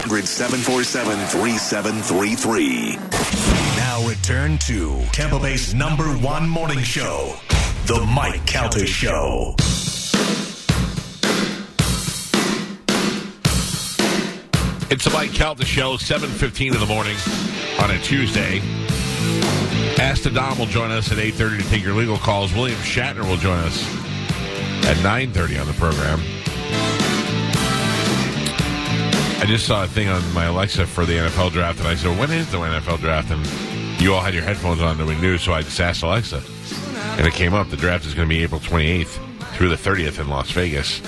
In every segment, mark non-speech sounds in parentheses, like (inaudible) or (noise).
Hundred seven four seven three seven three three. Now return to Tampa Bay's number one morning show, The Mike Calta Show. It's the Mike Calta Show, 7.15 in the morning on a Tuesday. Asta Dom will join us at 8.30 to take your legal calls. William Shatner will join us at 9.30 on the program. I just saw a thing on my Alexa for the NFL draft, and I said, when is the NFL draft? And you all had your headphones on, and we knew, so I just asked Alexa. And it came up, the draft is going to be April 28th through the 30th in Las Vegas.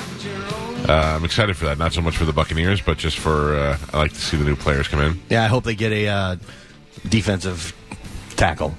Uh, I'm excited for that. Not so much for the Buccaneers, but just for uh, I like to see the new players come in. Yeah, I hope they get a uh, defensive tackle.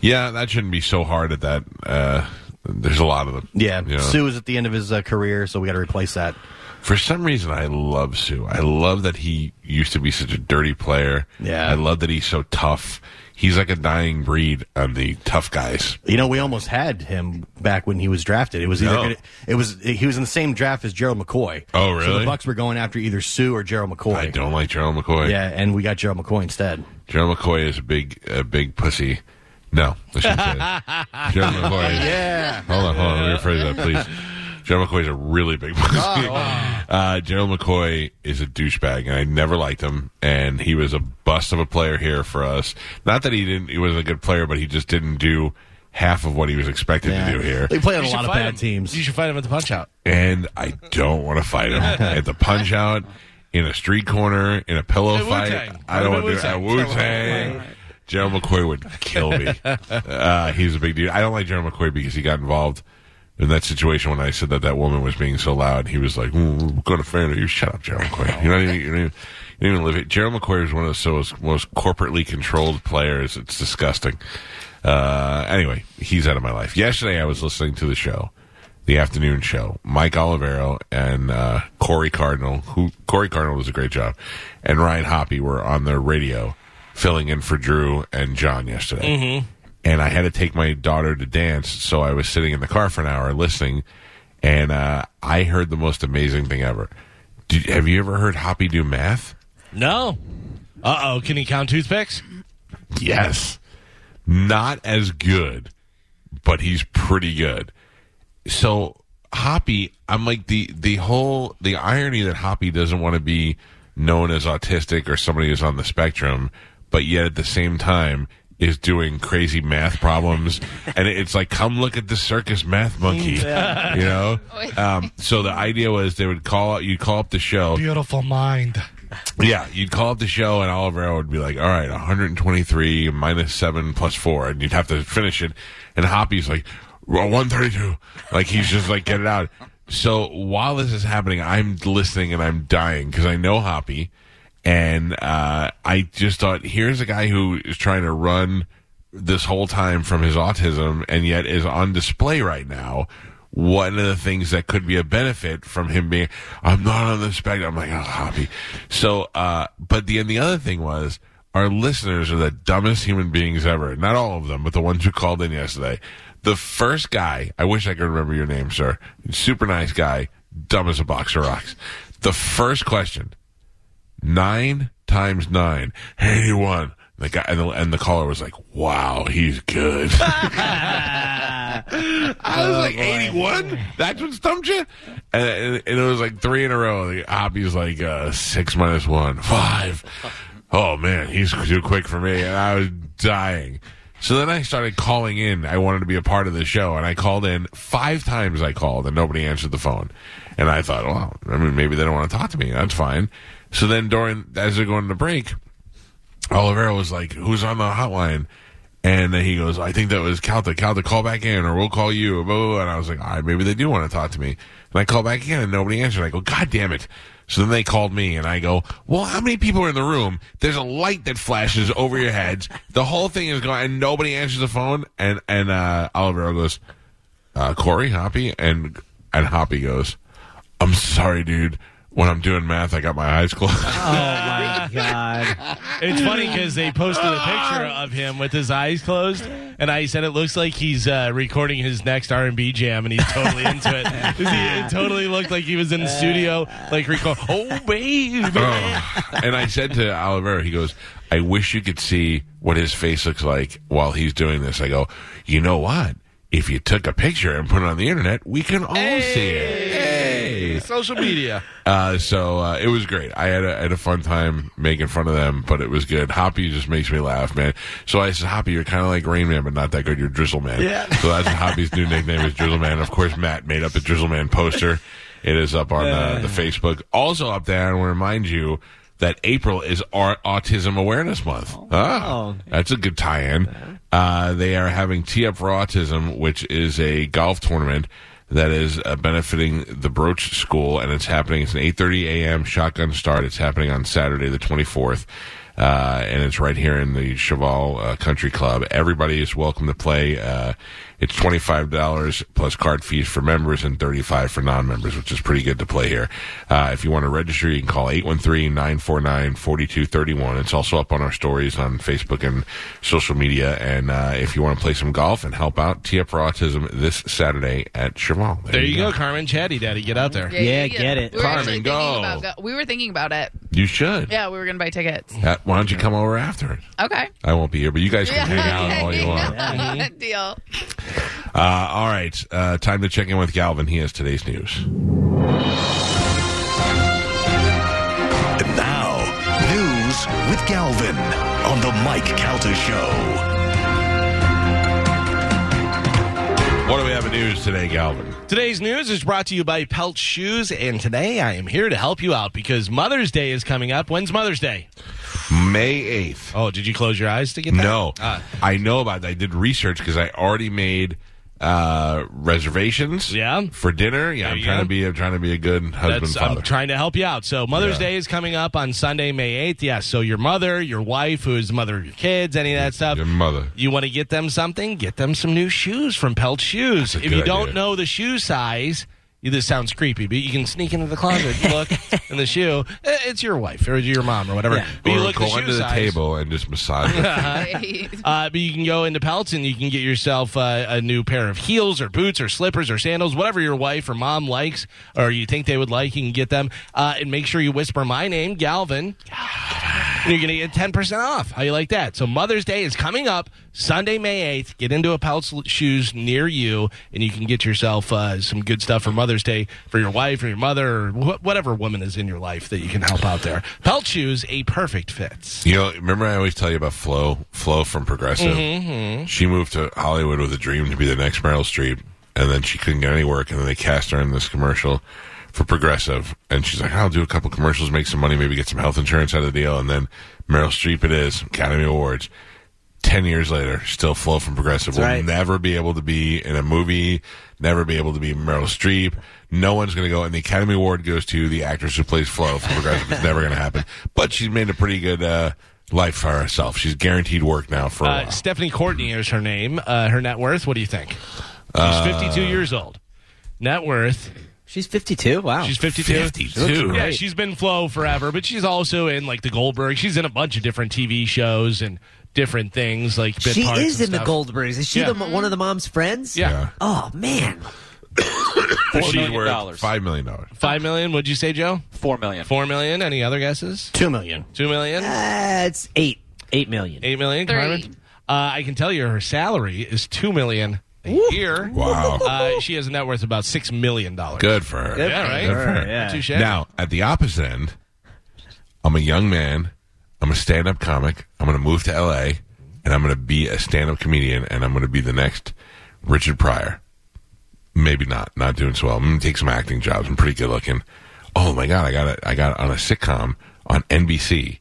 Yeah, that shouldn't be so hard at that. Uh, there's a lot of them. Yeah, You know? Sue is at the end of his uh, career, so we got to replace that. For some reason, I love Sue. I love that he used to be such a dirty player. Yeah. I love that he's so tough. He's like a dying breed on the tough guys. You know, we almost had him back when he was drafted. It was either No. gonna, it was he was in the same draft as Gerald McCoy. Oh, So really? the Bucks were going after either Sue or Gerald McCoy. I don't like Gerald McCoy. Yeah, and we got Gerald McCoy instead. Gerald McCoy is a big, a big pussy. No, I shouldn't say that. Gerald McCoy. Is, yeah. Hold on, hold on. Let me rephrase that, please. Gerald McCoy is a really big pussy. uh, Gerald McCoy is a douchebag, and I never liked him. And he was a bust of a player here for us. Not that he didn't; he wasn't a good player, but he just didn't do half of what he was expected Yeah. to do here. They played on a You lot should of fight bad him. teams. You should fight him at the punch out. And I don't want to fight (laughs) him at the punch out, in a street corner, in a pillow At fight. Wu-Tang. I don't want Put him to at do that. Wu Wu-Tang. Tang. Gerald McCoy would kill (laughs) me. uh, he's a big dude. I don't like Gerald McCoy because he got involved in that situation when I said that that woman was being so loud. He was like, mm, "Go to fair you shut up, Gerald McCoy. You're not even, you're not even, you don't even live here." Gerald McCoy is one of the most, most corporately controlled players. It's disgusting. Uh, anyway, he's out of my life. Yesterday, I was listening to the show, the afternoon show. Mike Olivero and uh, Corey Cardinal, who Corey Cardinal does a great job, and Ryan Hoppy were on the radio filling in for Drew and John yesterday. Mm-hmm. And I had to take my daughter to dance, so I was sitting in the car for an hour listening, and uh, I heard the most amazing thing ever. Did, have you ever heard Hoppy do math? No. Uh oh. Can he count toothpicks? Yes. Not as good, but he's pretty good. So Hoppy, I'm like the the whole the irony that Hoppy doesn't want to be known as autistic or somebody who's on the spectrum, but yet at the same time is doing crazy math problems, and it's like, come look at this circus math monkey, you know. Um, so the idea was they would call you call up the show, Beautiful mind. yeah, you'd call up the show, and Oliver would be like, "All right, 123 minus seven plus four, and you'd have to finish it. And Hoppy's like, well, 132. Like he's just like, get it out. So while this is happening, I'm listening and I'm dying because I know Hoppy, and uh, I just thought, here's a guy who is trying to run this whole time from his autism and yet is on display right now. One of the things that could be a benefit from him being, I'm not on the spectrum. I'm like, oh, hobby. So, uh, but the, and the other thing was, our listeners are the dumbest human beings ever. Not all of them, but the ones who called in yesterday. The first guy, I wish I could remember your name, sir. Super nice guy, dumb as a box of rocks. The first question, nine times nine, 81. The guy and the, and the caller was like, "Wow, he's good." (laughs) I was like, "81? That's what stumped you?" And, and, and it was like three in a row. The Oppie's like uh, six minus one, five. Oh man, he's too quick for me, and I was dying. So then I started calling in. I wanted to be a part of the show, and I called in five times. I called, and nobody answered the phone. And I thought, well, I mean, maybe they don't want to talk to me. That's fine. So then, during as they're going to break, Olivero was like, "Who's on the hotline?" And then he goes, "I think that was Calta. Calta, call back in, or we'll call you." Blah, blah, blah. And I was like, "All right, maybe they do want to talk to me." And I call back in, and nobody answered. I go, "God damn it!" So then they called me, and I go, "Well, how many people are in the room?" There's a light that flashes over your heads. The whole thing is going, and nobody answers the phone. And and uh, Olivero goes, uh, "Corey, Hoppy," and and Hoppy goes, "I'm sorry, dude. When I'm doing math, I got my eyes closed." (laughs) my God. It's funny because they posted a picture of him with his eyes closed, and I said it looks like he's uh, recording his next R and B jam, and he's totally into it. 'Cause he- it totally looked like he was in the studio, like record. Oh, baby. Oh. and I said to Olivero, he goes, I wish you could see what his face looks like while he's doing this. I go, you know what? If you took a picture and put it on the internet, we can all see it. Hey. Social media. Uh, so uh, it was great. I had a, had a fun time making fun of them, but it was good. Hoppy just makes me laugh, man. So I said, Hoppy, you're kind of like Rain Man, but not that good. You're Drizzle Man. Yeah. So that's Hoppy's new nickname is Drizzle Man. Of course, Matt made up a Drizzle Man poster. It is up on uh, the Facebook. Also up there, I want to remind you that April is our Autism Awareness Month. Ah, that's a good tie-in. Uh, they are having Tee Up for Autism, which is a golf tournament that is uh, benefiting the Broach School, and it's happening. It's an 8:30 a.m. shotgun start. It's happening on Saturday, the 24th, uh, and it's right here in the Cheval uh, Country Club. Everybody is welcome to play. Uh, it's twenty-five dollars plus card fees for members and thirty-five for non-members, which is pretty good to play here. Uh, if you want to register, you can call 813-949-4231. It's also up on our stories on Facebook and social media. And uh, if you want to play some golf and help out, tee up for autism this Saturday at Cheval. There you go, Carmen Chatty Daddy. Get out there. Yeah, get it. We were Carmen, actually thinking go. about go- we were thinking about it. You should. Yeah, we were gonna buy tickets. Uh, why don't you come over after it? Okay. I won't be here, but you guys can hang out (laughs) all you want. want. Deal. Uh, all right, uh, time to check in with Galvin. He has today's news. And now, news with Galvin on the Mike Calta Show. What do we have in news today, Galvin? Today's news is brought to you by Pelt Shoes, and today I am here to help you out because Mother's Day is coming up. When's Mother's Day? May 8th. Oh, did you close your eyes to get that? No, Ah. I know about that. I did research because I already made uh, reservations. Yeah. for dinner. Yeah, I'm you trying go. to be. I'm trying to be a good husband That's, father. I'm trying to help you out. So Mother's Day is coming up on Sunday, May 8th. Yeah, so your mother, your wife, who is the mother of your kids, any of that stuff. Your mother. You want to get them something? Get them some new shoes from Pelt Shoes. That's a If you good don't idea. know the shoe size, you- this sounds creepy, but you can sneak into the closet, (laughs) look in the shoe. Eh, It's your wife or your mom or whatever. But you Or look at go the shoe under the size. table and just (laughs) massage it. Uh, but you can go into Pelts and you can get yourself uh, a new pair of heels or boots or slippers or sandals, whatever your wife or mom likes or you think they would like. You can get them uh, and make sure you whisper my name, Galvin. And you're going to get 10% off. How you like that? So Mother's Day is coming up Sunday, May 8th. Get into a Pelts l- shoes near you and you can get yourself uh, some good stuff for Mother's Day for your wife or your mother or wh- whatever woman is in your life that you can help out there. Pelt shoes, a perfect fit. You know, remember I always tell you about Flo, Flo from Progressive. Mm-hmm. She moved to Hollywood with a dream to be the next Meryl Streep, and then she couldn't get any work, and then they cast her in this commercial for Progressive, and she's like, "I'll do a couple commercials, make some money, maybe get some health insurance out of the deal," and then Meryl Streep it is, Academy Awards. Ten years later, still Flo from Progressive will right. never be able to be in a movie, never be able to be Meryl Streep. No one's going to go, and the Academy Award goes to the actress who plays Flo from Progressive. it's (laughs) never going to happen. But she's made a pretty good uh, life for herself. She's guaranteed work now for a Uh, while. Stephanie Courtney is her name. Uh, her net worth. What do you think? She's Uh, 52 years old. Net worth. She's 52. Wow. Oh, She's 52. 52. Yeah, she's been Flo forever, but she's also in like the Goldberg. She's in a bunch of different TV shows and different things like. Bit she parts is and in the stuff. Goldbergs. Is she Yeah. the, one of the mom's friends? Yeah. Oh man. she's million worth dollars. five million dollars. Five million. What'd you say, Joe? Four million. Four million. Any other guesses? Two (laughs) million. Two million. Uh, it's eight. Eight million. Eight million. Three. Carmen? Uh, I can tell you, her salary is two million a year. Wow, (laughs) Uh, she has a net worth of about six million dollars. good for her. Yeah, right. Good for her. Yeah. Touche. Now, at the opposite end, I'm a young man. I'm a stand up comic. I'm going to move to LA and I'm going to be a stand up comedian and I'm going to be the next Richard Pryor. Maybe not. Not doing so well. I'm going to take some acting jobs. I'm pretty good looking. Oh my God. I got it. I got on a sitcom on NBC.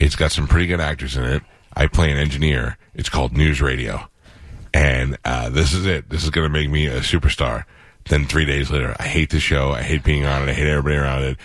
It's got some pretty good actors in it. I play an engineer. It's called News Radio. And uh, this is it. This is going to make me a superstar. Then three days later, I hate the show. I hate being on it. I hate everybody around it.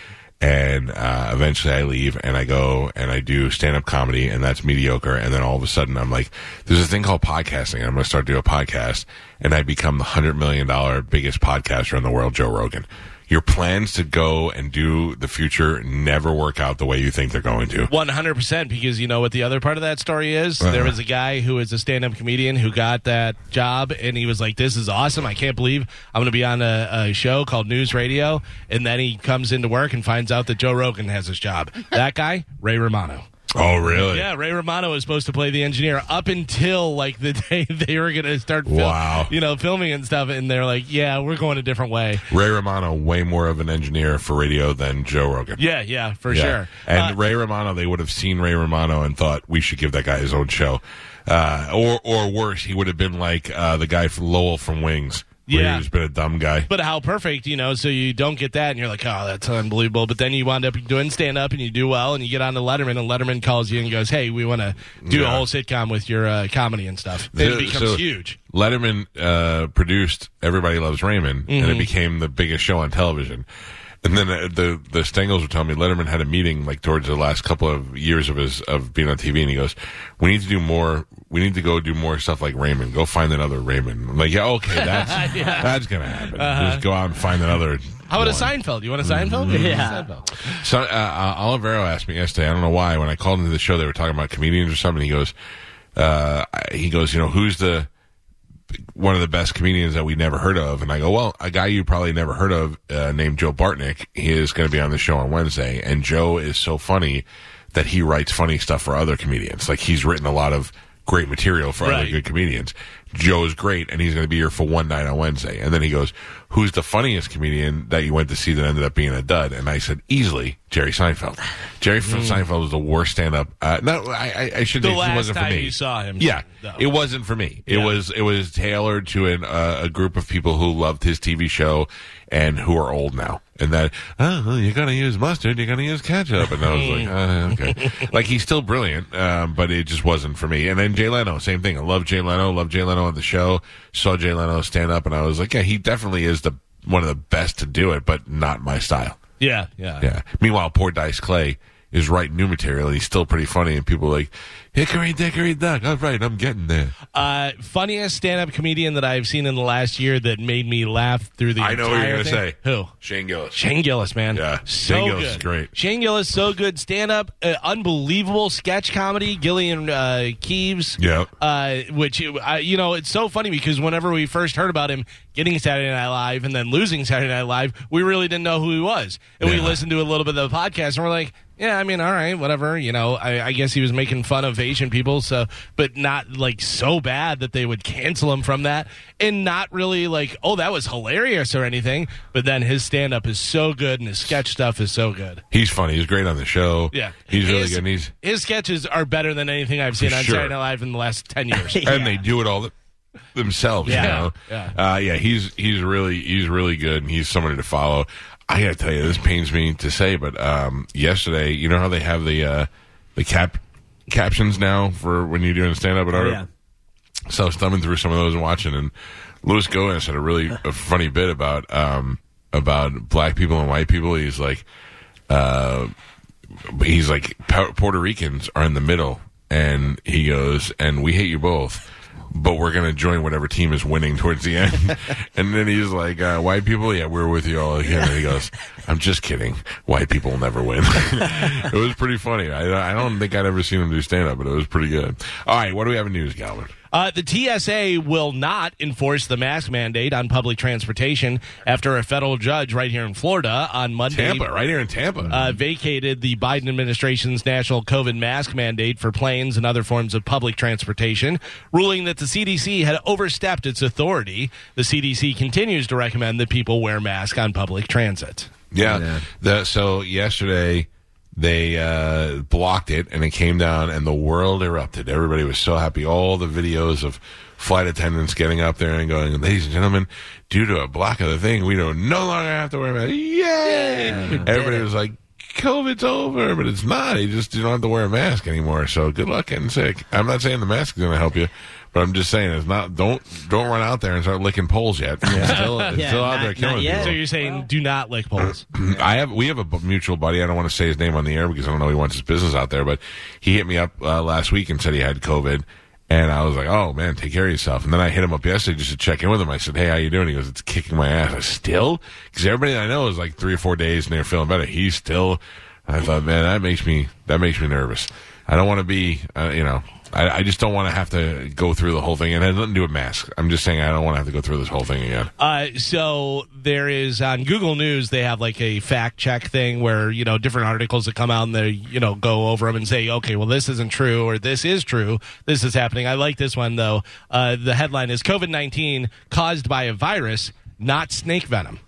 and uh, eventually I leave and I go and I do stand up comedy and that's mediocre and then all of a sudden I'm like there's a thing called podcasting and I'm going to start doing a podcast and I become the 100 million dollar biggest podcaster in the world Joe Rogan your plans to go and do the future never work out the way you think they're going to One hundred percent, because you know what the other part of that story is. There was a guy who is a stand-up comedian who got that job, and he was like, "This is awesome! I can't believe I'm going to be on a, a show called News Radio." And then he comes into work and finds out that Joe Rogan has his (laughs) job. that guy, Ray Romano. oh really Yeah, Ray Romano was supposed to play the engineer up until like the (laughs) day they were going to start, fil- Wow. you know, filming and stuff. And they're like, "Yeah, we're going a different way." Ray Romano way more of an engineer for radio than Joe Rogan Yeah, yeah, for Yeah. sure. Uh, And Ray Romano, they would have seen Ray Romano and thought we should give that guy his own show, uh, or or worse, he would have been like uh, the guy from Lowell from Wings. where Yeah. he was been a dumb guy. but how perfect, you know, so you don't get that and you're like, oh, that's unbelievable. But then you wind up doing stand up and you do well and you get on to Letterman and Letterman calls you and goes, hey, we want to do a Yeah. whole sitcom with your uh, comedy and stuff. Then it So- becomes so huge. Letterman uh, produced Everybody Loves Raymond, and it became the biggest show on television. And then uh, the the Stengels were telling me Letterman had a meeting like towards the last couple of years of his of being on TV, and he goes, "We need to do more. We need to go do more stuff like Raymond. Go find another Raymond." I'm like, "Yeah, okay, that's that's gonna happen. Just go out and find another." How about a one." Mm-hmm. Seinfeld? You want a Seinfeld? Yeah. Seinfeld. So, uh, uh, Olivero asked me yesterday. I don't know why. When I called into the show, they were talking about comedians or something. He goes, uh, I- he goes, you know, who's the one of the best comedians that we never heard of? And I go, well, a guy you probably never heard of uh, named Joe Bartnick. He is going to be on the show on Wednesday, and Joe is so funny that he writes funny stuff for other comedians. Like he's written a lot of great material for other Right. good comedians. Joe is great, and he's going to be here for one night on Wednesday. And then he goes, "Who's the funniest comedian that you went to see that ended up being a dud?" And I said, "Easily, Jerry Seinfeld. Jerry from Seinfeld was the worst stand-up. Uh, no, I, I, I should Mm. The say he last wasn't time for me. you saw him, yeah, though. it wasn't for me. It Yeah. was it was tailored to an, uh, a group of people who loved his TV show and who are old now. And that oh, well, you're gonna use mustard, you're gonna use ketchup, and I was (laughs) like, uh, okay, like he's still brilliant, um, but it just wasn't for me. And then Jay Leno, same thing. I love Jay Leno, love Jay Leno on the show. Saw Jay Leno stand up, and I was like, yeah, he definitely is the one of the best to do it, but not my style. Yeah, yeah. Yeah. Meanwhile, poor Dice Clay is writing new material. and He's still pretty funny, and people are like, Hickory Dickory Duck. All right, I'm getting there. Uh, funniest stand up comedian that I've seen in the last year that made me laugh through the I know what you're gonna entire thing. say. Who? Shane Gillis. Shane Gillis, man. Yeah, So Shane Gillis good. is great. Shane Gillis, so good. Stand up, uh, unbelievable sketch comedy. Gillian uh, Keeves. Yep. Uh, which, you- I, you know, it's so funny because whenever we first heard about him getting Saturday Night Live and then losing Saturday Night Live, we really didn't know who he was. And we Yeah. listened to a little bit of the podcast and we're like, yeah, I mean, all right, whatever. You know, I, I guess he was making fun of Asian people, so, but not like so bad that they would cancel him from that, and not really like, oh, that was hilarious or anything. But then his stand up is so good and his sketch stuff is so good. He's funny. He's great on the show. Yeah, He's really His- good. And, he's, his sketches are better than anything I've seen on sure. Saturday Night Live in the last ten (laughs) years. and they do it all th- themselves, Yeah. you know? Yeah. Uh, yeah, he's, he's really, he's really good, and he's somebody to follow. I gotta tell you, this pains me to say, but, um, yesterday, you know how they have the, uh, the cap, captions now for when you're doing stand up Oh, at art? yeah. so I was thumbing through some of those and watching, and Louis Gomez had a really a funny bit about um, about black people and white people. He's like, uh, he's like "Pu- Puerto Ricans are in the middle, and he goes, and we hate you both. But we're gonna join whatever team is winning towards the end, and then he's like, uh, "White people, yeah, we're with you all again." And he goes, "I'm just kidding. White people never win." (laughs) it was pretty funny. I, I don't think I'd ever seen him do stand up, but it was pretty good. All right, what do we have in news, Galvin? Uh, the TSA will not enforce the mask mandate on public transportation after a federal judge right here in Florida on Monday Tampa, right here in Tampa. uh, vacated the Biden administration's national COVID mask mandate for planes and other forms of public transportation, ruling that the CDC had overstepped its authority. The CDC continues to recommend that people wear masks on public transit. yeah. The- so yesterday they uh, blocked it, and it came down, and the world erupted. Everybody was so happy. All the videos of flight attendants getting up there and going, "Ladies and gentlemen, due to a block of the thing, we don't no longer have to worry about it." Yay! (laughs) Everybody was like. COVID's over, but it's not. You just you don't have to wear a mask anymore. So good luck getting sick. I'm not saying the mask is going to help you, but I'm just saying it's not. Don't don't run out there and start licking poles yet. It's still, it's Yeah, still out not- there killing not yet. So people. you're saying do not lick poles. I have we have a bu- mutual buddy. I don't want to say his name on the air because I don't know he wants his business out there. But he hit me up uh, last week and said he had COVID, and I was like, "Oh man, take care of yourself." And then I hit him up yesterday just to check in with him. I said, "Hey, how you doing?" He goes, "It's kicking my ass." I said, still because everybody I know is like three or four days and they're feeling better. He's still. I thought, man, that makes me that makes me nervous. I don't want to be, uh, you know. I, I just don't want to have to go through the whole thing. And it has nothing to do with masks. I'm just saying I don't want to have to go through this whole thing again. Uh, so there is on Google News they have like a fact check thing where you know different articles that come out and they you know go over them and say okay well this isn't true or this is true this is happening. I like this one though. Uh, the headline is COVID nineteen caused by a virus, not snake venom.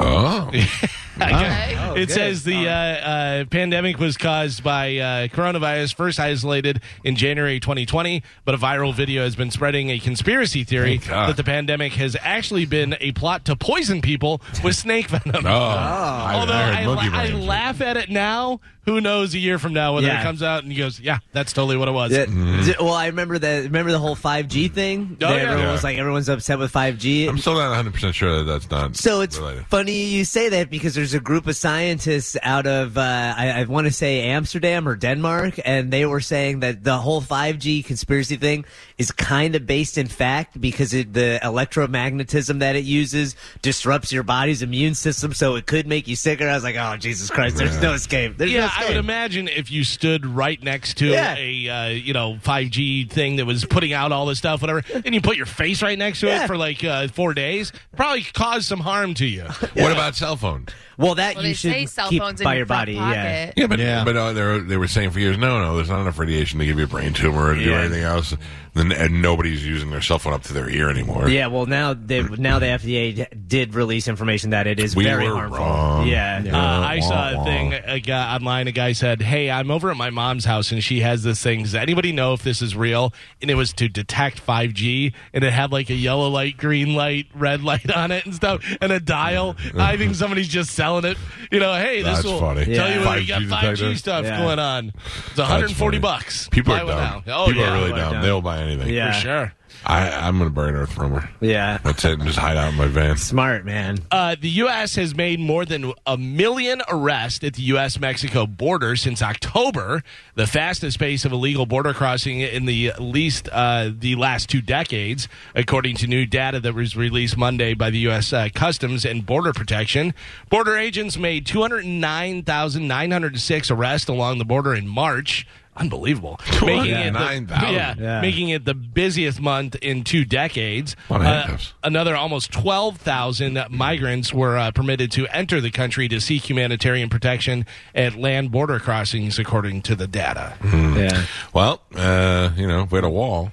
Oh. (laughs) Okay. it says the uh, uh, pandemic was caused by uh, coronavirus, first isolated in January 2020, but a viral video has been spreading a conspiracy theory Thank God. that the pandemic has actually been a plot to poison people (laughs) with snake venom. Oh, I, Although I heard I, monkey la- I brains. laugh at it now, who knows a year from now whether Yeah. it comes out and he goes, "Yeah, that's totally what it was." Yeah, d- Well, I remember that. Remember the whole 5G thing? Mm-hmm. Oh, That yeah. Everyone Yeah. was like, everyone's upset with 5G. I'm still not 100 percent sure that that's not. so it's related. funny you say that because there's a group of scientists out of uh, I, I want to say Amsterdam or Denmark, and they were saying that the whole 5G conspiracy thing is kind of based in fact because it, the electromagnetism that it uses disrupts your body's immune system, so it could make you sicker. I was like, oh Jesus Christ, there's no escape. There's no Yeah, escape. I would imagine if you stood right next to Yeah. a uh, you know 5G thing that was putting out all this stuff, whatever, and you put your face right next to it Yeah. for like uh, four days, probably caused some harm to you. What about cell phones? well, that Well, you they should say cell keep phones in by your, your front body. Yeah. pocket. Yeah, but Yeah. but uh, they were they were saying for years, no, no, there's not enough radiation to give you a brain tumor or to do Yeah. anything else. Then and nobody's using their cell phone up to their ear anymore. Yeah, well now they now the FDA d- did release information that it is We very were harmful. wrong. Yeah. Uh, I saw a thing a guy, online. A guy said, "Hey, I'm over at my mom's house, and she has this thing. Does anybody know if this is real?" And it was to detect 5G, and it had like a yellow light, green light, red light on it, and stuff, and a dial. I think somebody's just selling it. You know, hey, this That's will funny. tell Yeah. you what, we 5G got 5G detector? stuff Yeah. going on. It's 140 funny. bucks. People Buy are one dumb. now. Oh People yeah, are really People are dumb. dumb. They'll buy anything. Yeah. for sure. I, I'm gonna burn Earth Roamer. Yeah. That's it. And just hide out in my van. Smart man. Uh, the U.S. has made more than a million arrests at the U.S. Mexico border since October, the fastest pace of illegal border crossing in the at least uh, the last two decades, according to new data that was released Monday by the U.S. Uh, Customs and Border Protection. Border agents made 209,906 arrests along the border in March. Unbelievable. Making it the- 209,000. yeah, Yeah. making it the busiest month in two decades. Lot of Uh, handcuffs. another almost 12,000 migrants were uh, permitted to enter the country to seek humanitarian protection at land border crossings, according to (laughs) the data. Mm. Yeah. Well, uh, you know, if we had a wall,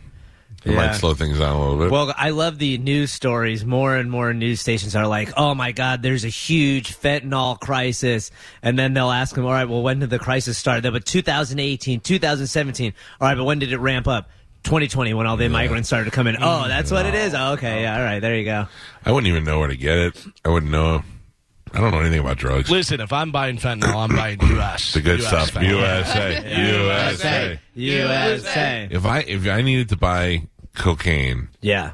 it Yeah. might slow things down a little bit. Well, I love the news stories. More and more news stations are like, "Oh my God, there's a huge fentanyl crisis," and then they'll ask them, "All right, well, when did the crisis start?" They'll, but 2018, 2017. All right, but when did it ramp up? 2020, when all the migrants started to come in. Oh, that's what it is. Oh, okay, yeah, all right, there you go. I wouldn't even know where to get it. I wouldn't know. I don't know anything about drugs. Listen, if I'm buying fentanyl, I'm buying U.S. the good US stuff. (laughs) fentanyl. USA. USA. USA. If I if I needed to buy cocaine, Yeah.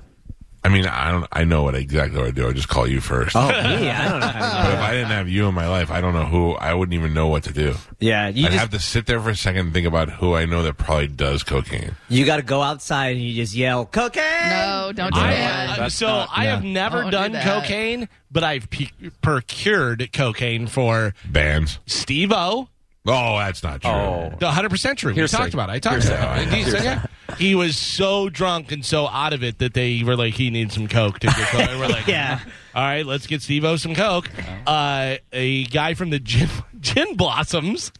I mean I don't I know what exactly what I do. I just call you first. Oh, me? I don't know. How (laughs) to But if I didn't have you in my life, I don't know who. I wouldn't even know what to do. yeah, you I'd just have to sit there for a second and think about who I know that probably does cocaine. you got to go outside and you just yell cocaine. (laughs) No, (laughs) don't do I, that. I- so I have never Don't do done that. cocaine, but I've pe- procured cocaine for Bands. Steve O. Oh, that's not true. The 100% true. Hearsay. We talked about it. I talked about it. He, said, yeah. He was so drunk and so out of it that they were like, he needs some Coke to get going. We're like, Yeah. All right, let's get Steve O some Coke. Uh, a guy from the Gin, (laughs) gin Blossoms.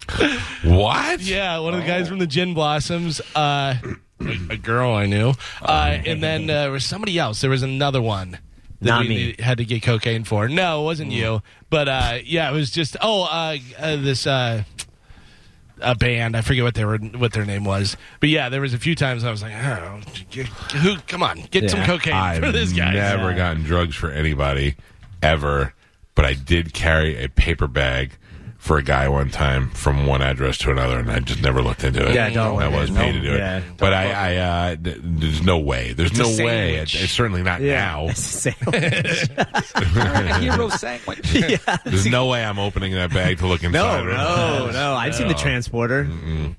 What? Yeah, one of the Oh. guys from the Gin Blossoms. Uh, a, a girl I Oh, knew. Uh, and then uh, there was somebody else. There was another one. That Not we me. Mm. needed- had to get cocaine for. No, it wasn't you. But uh, yeah, it was just oh, uh, uh, this uh, a band. I forget what they were, what their name was. But yeah, there was a few times I was like, oh, g- g- who? Come on, get some Yeah. cocaine I've for this guy. never gotten drugs for anybody ever, but I did carry a paper bag for a guy one time from one address to another, and I just never looked into it. Yeah, don't I worry. was paid to do it, Yeah, but I, I uh, th- there's no way. There's no a way. sandwich. It's, it's certainly not now. (laughs) hero sandwich. There's no way I'm opening that bag to look No, inside. Oh, no, no. I've seen the transporter. no.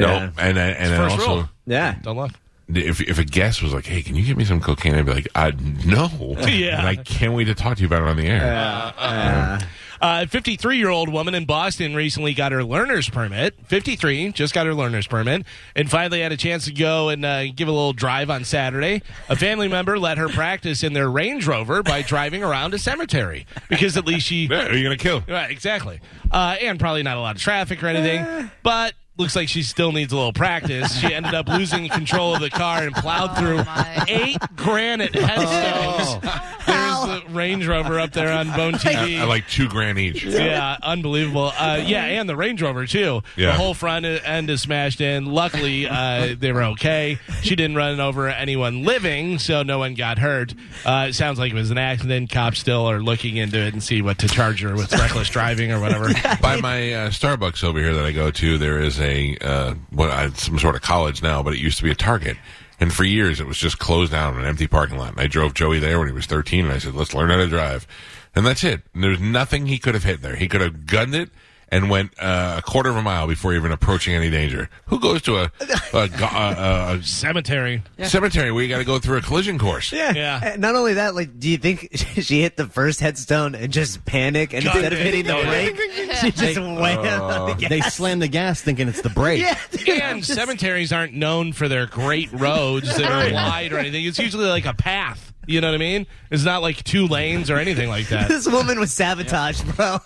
Yeah. And I- and I first also. rule. Yeah. Don't look. if if a guest was like, "Hey, can you get me some cocaine?" I'd be like, "I no, Yeah. and I can't wait to talk to you about it on the air." A 53 year old Uh, woman in Boston recently got her learner's permit. 53, just got her learner's permit, and finally had a chance to go and uh, give a little drive on Saturday. A family member let her practice in their Range Rover by driving around a cemetery because at (laughs) least she. Yeah, are you gonna kill? Right, exactly. Uh, and probably not a lot of traffic or Eh. anything, but looks like she still needs a little practice. She ended up losing control of the car and plowed through my. Oh. eight granite headstones. There's the Range Rover up there on Bone TV. I like two grand each. Yeah, unbelievable. Uh, yeah, and the Range Rover too. The Yeah. whole front end is smashed in. Luckily, uh, they were okay. She didn't run over anyone living, so no one got hurt. Uh, it sounds like it was an accident. Cops still are looking into it and see what to charge her with reckless driving or whatever. (laughs) By my uh, Starbucks over here that I go to, there is a uh, what uh, some sort of college now, but it used to be a Target. And for years, it was just closed down in an empty parking lot. And I drove Joey there when he was 13, and I said, "Let's learn how to drive." And that's it. And there's nothing he could have hit there. He could have gunned it and went uh, a quarter of a mile before even approaching any danger. Who goes to a, a, go- a, a Cemetery. cemetery where you got to go through a collision course. Yeah. Yeah. Uh, Not only that, like, do you think (laughs) she hit the first headstone and just panic and instead of hitting the (laughs) brake, she just wham on the gas? They slam the gas thinking it's the brake. Yeah, dude, I'm And just- cemeteries aren't known for their great roads that are wide or anything. It's usually like a path. You know what I mean? It's not like two lanes or anything like (laughs) (laughs) that. This woman was sabotaged, bro.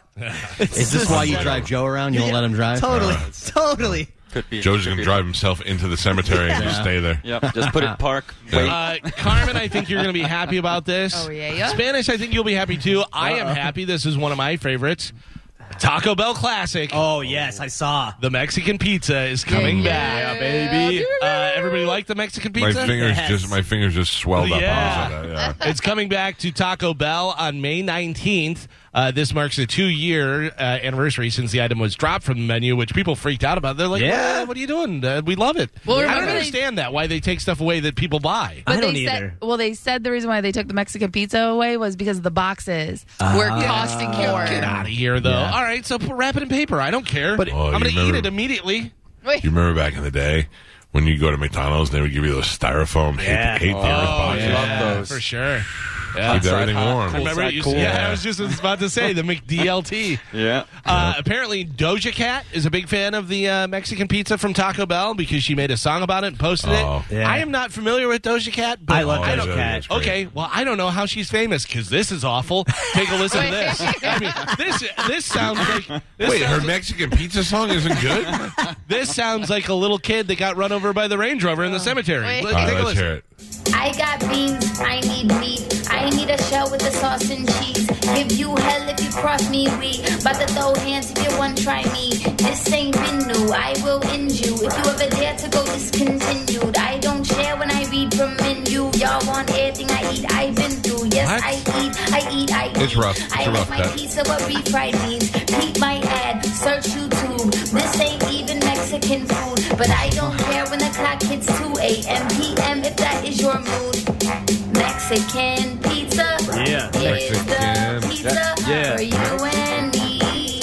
Is this why you drive Joe around? You don't let him drive? Totally, totally. Could be. Joe's could going be. to drive himself into the cemetery and just stay there. Yep. Just put (laughs) it park. Wait. Uh, Carmen, I think you're going to be happy about this. (laughs) Oh, yeah, yeah. Spanish, I think you'll be happy too. I am happy. This is one of my favorites. Taco Bell Classic. Oh yes, I saw. The Mexican pizza is coming Yeah, back, yeah. baby. Uh, everybody like the Mexican My pizza? fingers Yes. just my fingers just swelled up. when I Yeah. said that, yeah. (laughs) It's coming back to Taco Bell on May 19th. Uh, this marks a two year uh, anniversary since the item was dropped from the menu, which people freaked out about. They're like, Yeah. "What- what are you doing? Uh, we love it. Well, I don't remember they- understand that, why they take stuff away that people buy. I don't they either. said, well, they said the reason why they took the Mexican pizza away was because the boxes were costing more. Get out of here, though. All right, so put, wrap it in paper. I don't care. But Oh, you I'm going to eat remember- it immediately. Wait, Do you remember back in the day when you go to McDonald's and they would give you those styrofoam Yeah. hate, hate the earth boxes? Love those. for sure. Keep everything hot, warm. cool Remember, side it used cool. to, yeah, I was just about to say the (laughs) McDLT. Yeah. Uh, apparently, Doja Cat is a big fan of the uh, Mexican pizza from Taco Bell because she made a song about it and posted Oh. it. Yeah. I am not familiar with Doja Cat, but I love Oh, Doja yeah, don't- Cat. that's great. Okay, well, I don't know how she's famous because this is awful. Take a listen (laughs) to this. I mean, this this sounds like this Wait, sounds her Mexican pizza song isn't good? All This sounds like a little kid that got run over by the Range Rover in Oh. the cemetery. Wait. Let- right, take a let's listen. hear it. I got beans, I need meat, I need a shell with the sauce and cheese. Give you hell if you cross me, we about to throw hands if you want try me. This ain't been new, I will end you. If you ever dare to go discontinued, I don't share when I read from menu. Y'all want everything I eat, I've been through. Yes, What? I eat, I eat, I eat. It's rough. It's I a rough like my cut. pizza with refried beans. Peep my ad, search YouTube. This ain't even Mexican food, but I don't care when the clock hits 2 a.m. p.m. if that is your mood. Mexican pizza. Yeah, Mexican. the pizza for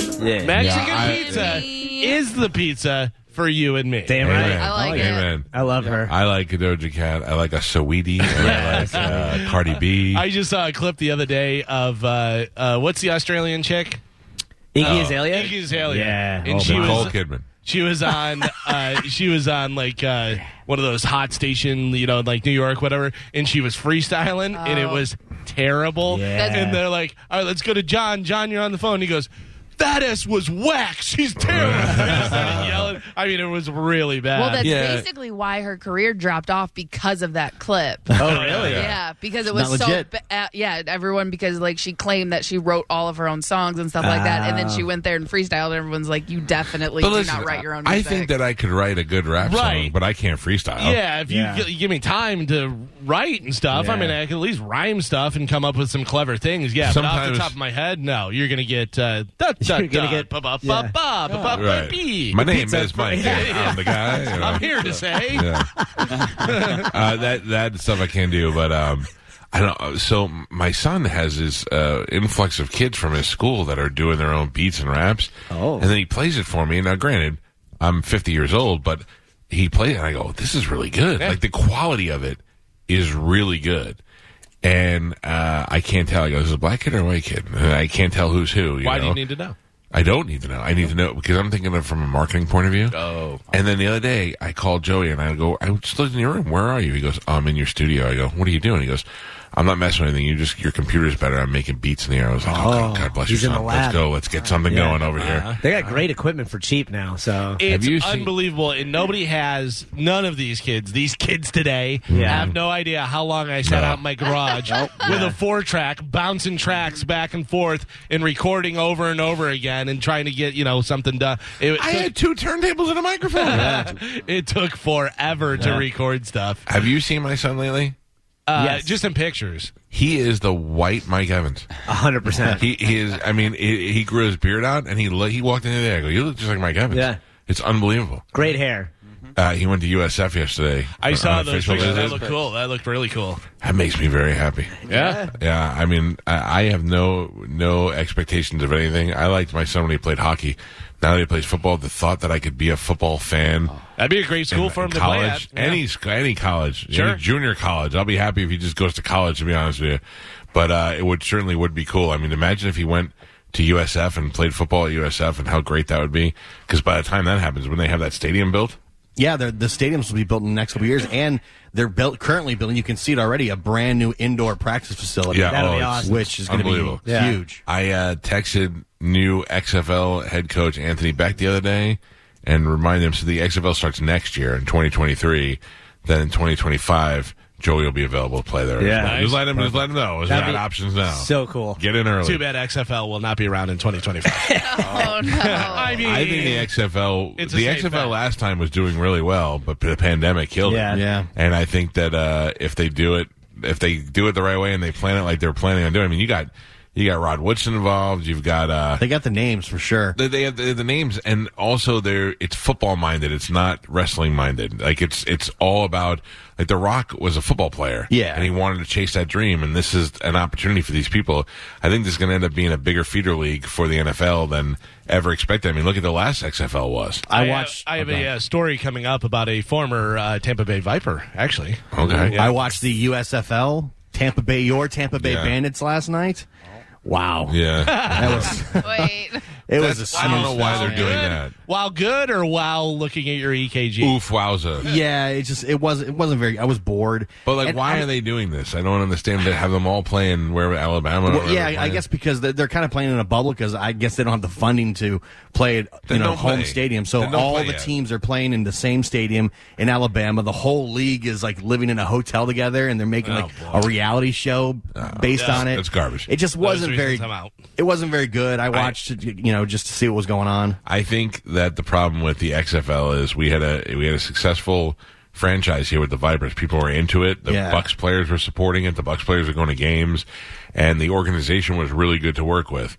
you and me. Yeah. Mexican Yeah, I- pizza is the pizza for you and me. Damn Amen. right. I like it. Amen. I love her. I like a Doja Cat. I like a Saweetie. And I like uh, Cardi B. I just saw a clip the other day of uh, uh, what's the Australian Oh, chick? Oh, Iggy Azalea. Iggy Azalea. Yeah. and Oh, she man. Nicole was Kidman. she was on uh, she was on like uh, one of those hot station, you know, like New York, whatever. And she was freestyling, and it Oh. was terrible. That's- And they're like, "All right, let's go to (laughs) John. John, you're on the phone." He goes. That ass was wax. She's terrible. He just started yelling. I I mean, it was really bad. Well, that's Yeah. basically why her career dropped off because of that clip. oh, really? Yeah, because it was not so legit. ba- uh, yeah, everyone because like she claimed that she wrote all of her own songs and stuff like that, and then she Ah. went there and freestyled. And everyone's like, "You definitely do not write your own." I Music. think that I could write a good rap song, Right. but I can't freestyle. Yeah, if you Yeah. g- give me time to write and stuff, I mean, I can at least rhyme stuff and come up with some clever things. Yeah, but off Sometimes- the top of my head, no, you're gonna get uh, da, (laughs) da, You're gonna da, get- ba, ba, yeah. ba, ba, ba, ba, ba, Right. bee. My name is Mike. and I'm the guy. you know. (laughs) I'm here to say. Yeah. uh, that that stuff I can do, but um, I don't. So my son has this uh, influx of kids from his school that are doing their own beats and raps. Oh. and then he plays it for me. Now, granted, I'm 50 years old, but he plays it. And I go, this is really good. Like the quality of it is really good. And uh, I can't tell. I go, is it a black kid or a white kid? And I can't tell who's who. Why do know? you need to know? I don't need to know. I need to know because I'm thinking of it from a marketing point of view. Oh. And then the other day, I called Joey and I go, I just looked in your room. Where are you? He goes, I'm in your studio. I go, What are you doing? He goes, I'm not messing with anything. You just your computer's better. I'm making beats in the air. I was like, Oh, God, God bless you, he's in the son. Let's lab. Uh-huh. go. Let's get something going over here. They got great equipment for cheap now, so It's you seen- unbelievable, and nobody has none of these kids. These kids today have no idea how long I sat No. out in (laughs) my garage with a four-track, bouncing tracks back and forth, and recording over and over again, and trying to get you know something done. It, I had two turntables and a microphone. (laughs) it took forever to record stuff, Have you seen my son lately? uh, Yes. just in pictures. He is the white (laughs) Mike Evans. hundred percent. He, he is. I mean, he, he grew his beard out and he lo- he walked in the day. I go, you look just like Mike Evans. Yeah. it's unbelievable. Great hair. Uh, he went to USF yesterday. I for saw an those official pictures. That visit. looked cool. That looked really cool. That makes me very happy. Yeah. Yeah, I mean, I, I have no no expectations of anything. I liked my son when he played hockey. Now that he plays football, the thought that I could be a football fan That'd be a great in- Oh. school for in him to play at. college, any sc- any college, Sure. any junior college. I'll be happy if he just goes to college. To be honest with you, but uh, it would certainly would be cool. I mean, imagine if he went to USF and played football at USF, and how great that would be. Because by the time that happens, when they have that stadium built, Yeah, the the stadiums will be built in the next couple of years, and they're built currently building. You can see it already a brand new indoor practice facility. Yeah, That'll oh, be it's- awesome. which is going unbelievable. to be Yeah. huge. I uh, texted new XFL head coach Anthony Beck the other day and reminded him so the XFL starts next year in 2023. Then in 2025, Joey will be available to play there. as Yeah. well. just let him just let him know. He's That'd got be options now. So cool. Get in early. Too bad XFL will not be around in 2025. Oh no! I mean, I think the XFL, It's a the safe XFL bet. last time was doing really well, but the pandemic killed Yeah. it. Yeah. and I think that uh, if they do it, if they do it the right way, and they plan it like they're planning on doing, I mean, you got you got Rod Woodson involved. You've got uh, They got the names for sure. They, they have the, the names, and also they're it's football minded. It's not wrestling minded. Like it's it's all about like The Rock was a football player, Yeah. and he wanted to chase that dream, and this is an opportunity for these people. I think this is going to end up being a bigger feeder league for the NFL than ever expected. I mean, look at the last XFL was. I watched. (laughs) I have, okay. a uh, story coming up about a former uh, Tampa Bay Viper, actually. Okay, I watched the USFL Tampa Bay your Tampa Bay Yeah. Bandits last night. Wow, yeah. that was (laughs) (laughs) Wait, (laughs) it was. A I don't know snooze why fest, they're man. doing that. While good or while looking at your E EKG? Oof, wowza. Yeah, it just it was it wasn't very. I was bored. But like, And why I'm- are they doing this? I don't understand. They have them all playing wherever Alabama. or Well, wherever yeah, they're I playing. guess because they're, they're kind of playing in a bubble because I guess they don't have the funding to play at Then you know don't home play. stadium. So Then don't all play the yet. teams are playing in the same stadium in Alabama. The whole league is like living in a hotel together, and they're making Oh, like a reality show based on it. that's Oh, garbage. It just wasn't the very. reasons I'm out. It wasn't very good. I watched it, you know, just to see what was going on. I think that the problem with the XFL is we had a we had a successful franchise here with the Vipers. People were into it. The Yeah. Bucks players were supporting it. The Bucks players were going to games, and the organization was really good to work with.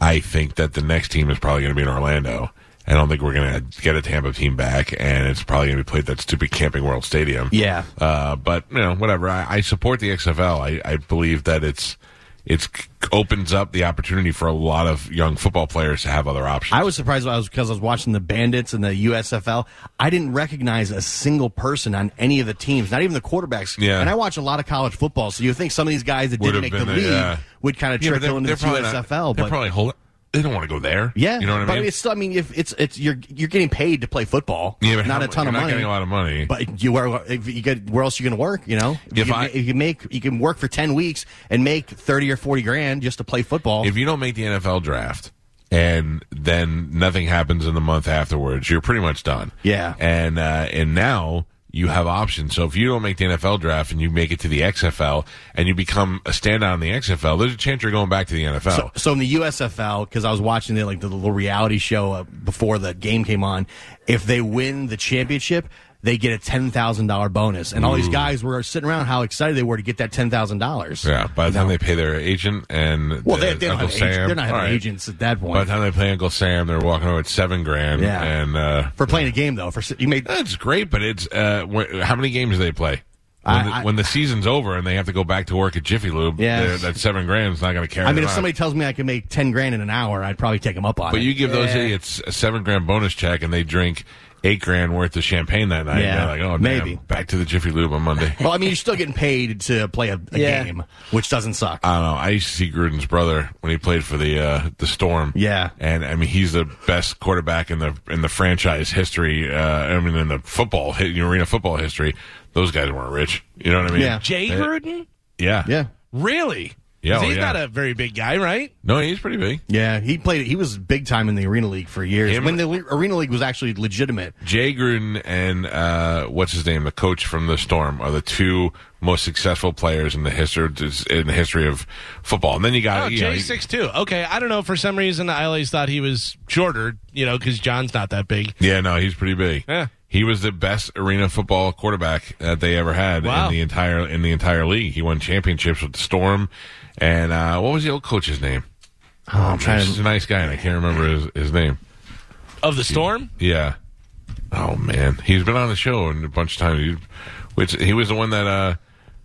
I think that the next team is probably going to be in Orlando. I don't think we're going to get a Tampa team back, and it's probably going to be played at that stupid Camping World Stadium. Yeah. Uh, but you know, whatever. I, I support the XFL. I, I believe that it's it's opens up the opportunity for a lot of young football players to have other options. I was surprised when I was because I was watching the Bandits and the USFL. I didn't recognize a single person on any of the teams, not even the quarterbacks. Yeah. And I watch a lot of college football, so you think some of these guys that Would didn't have make the been league the- yeah. would kind of Yeah, but trickle into the probably not- USFL, they're but probably hold. They don't want to go there. yeah, you know what I but mean. it's still, I mean, if it's it's you're you're getting paid to play football, yeah, but not how- a ton you're of not money, Getting a lot of money. but you are if you get where else you going to work? You know, If you, I- if you make you can work for ten weeks and make thirty or forty grand just to play football. if you don't make the NFL draft, and then nothing happens in the month afterwards. You're pretty much done. Yeah. and uh, and now you have options. So if you don't make the NFL draft and you make it to the XFL and you become a standout in the XFL, there's a chance you're going back to the NFL. So, so in the USFL, because I was watching the like the little reality show uh, before the game came on, if they win the championship, they get a ten thousand dollar bonus, and all these guys were sitting around how excited they were to get that ten thousand dollars. yeah, by the time they pay their agent and Well, they, the they don't Uncle have Sam, agents. they're not all having right. agents at that By point the time they play Uncle Sam, they're walking over at seven grand. Yeah. and uh, for playing a game though. For s- you made That's great, but it's uh, wh- how many games do they play? When, I- the, I- when the season's over and they have to go back to work at Jiffy Lube, Yeah. they're- that seven grand's not going to carry. I mean, them if out. somebody tells me I can make ten grand in an hour, I'd probably take them up on but it. you give those idiots a seven grand bonus check and they drink eight grand worth of champagne that night, Yeah, they're like, oh, damn, maybe. back to the Jiffy Lube on Monday. (laughs) well, I mean, you're still getting paid to play a, a Yeah. game, which doesn't suck. I don't know. I used to see Gruden's brother when he played for the uh, the Storm. Yeah. and I mean he's the best quarterback in the in the franchise history. Uh, I mean in the football hi- arena football history. Those guys weren't rich. You know what I mean? Yeah. Jay Gruden? Yeah. yeah, Really? Yeah, 'Cause oh, He's yeah. not a very big guy, right? No, he's pretty big. yeah. He played. He was big time in the arena league for years Him- when the le- arena league was actually legitimate. Jay Gruden and uh, what's his name, the coach from the Storm, are the two most successful players in the history in the history of football. And then you got Oh, you know, Jay you- six two. Okay, I don't know. For some reason, I always thought he was shorter. You know, because John's not that big. yeah, no, he's pretty big. Yeah. He was the best arena football quarterback that they ever had Wow. in the entire in the entire league. He won championships with the Storm, and uh, what was the old coach's name? Oh, I'm trying He's to. a nice guy, and I can't remember his, his name. Of the storm, Yeah. Oh man, he's been on the show and a bunch of times. He, which he was the one that uh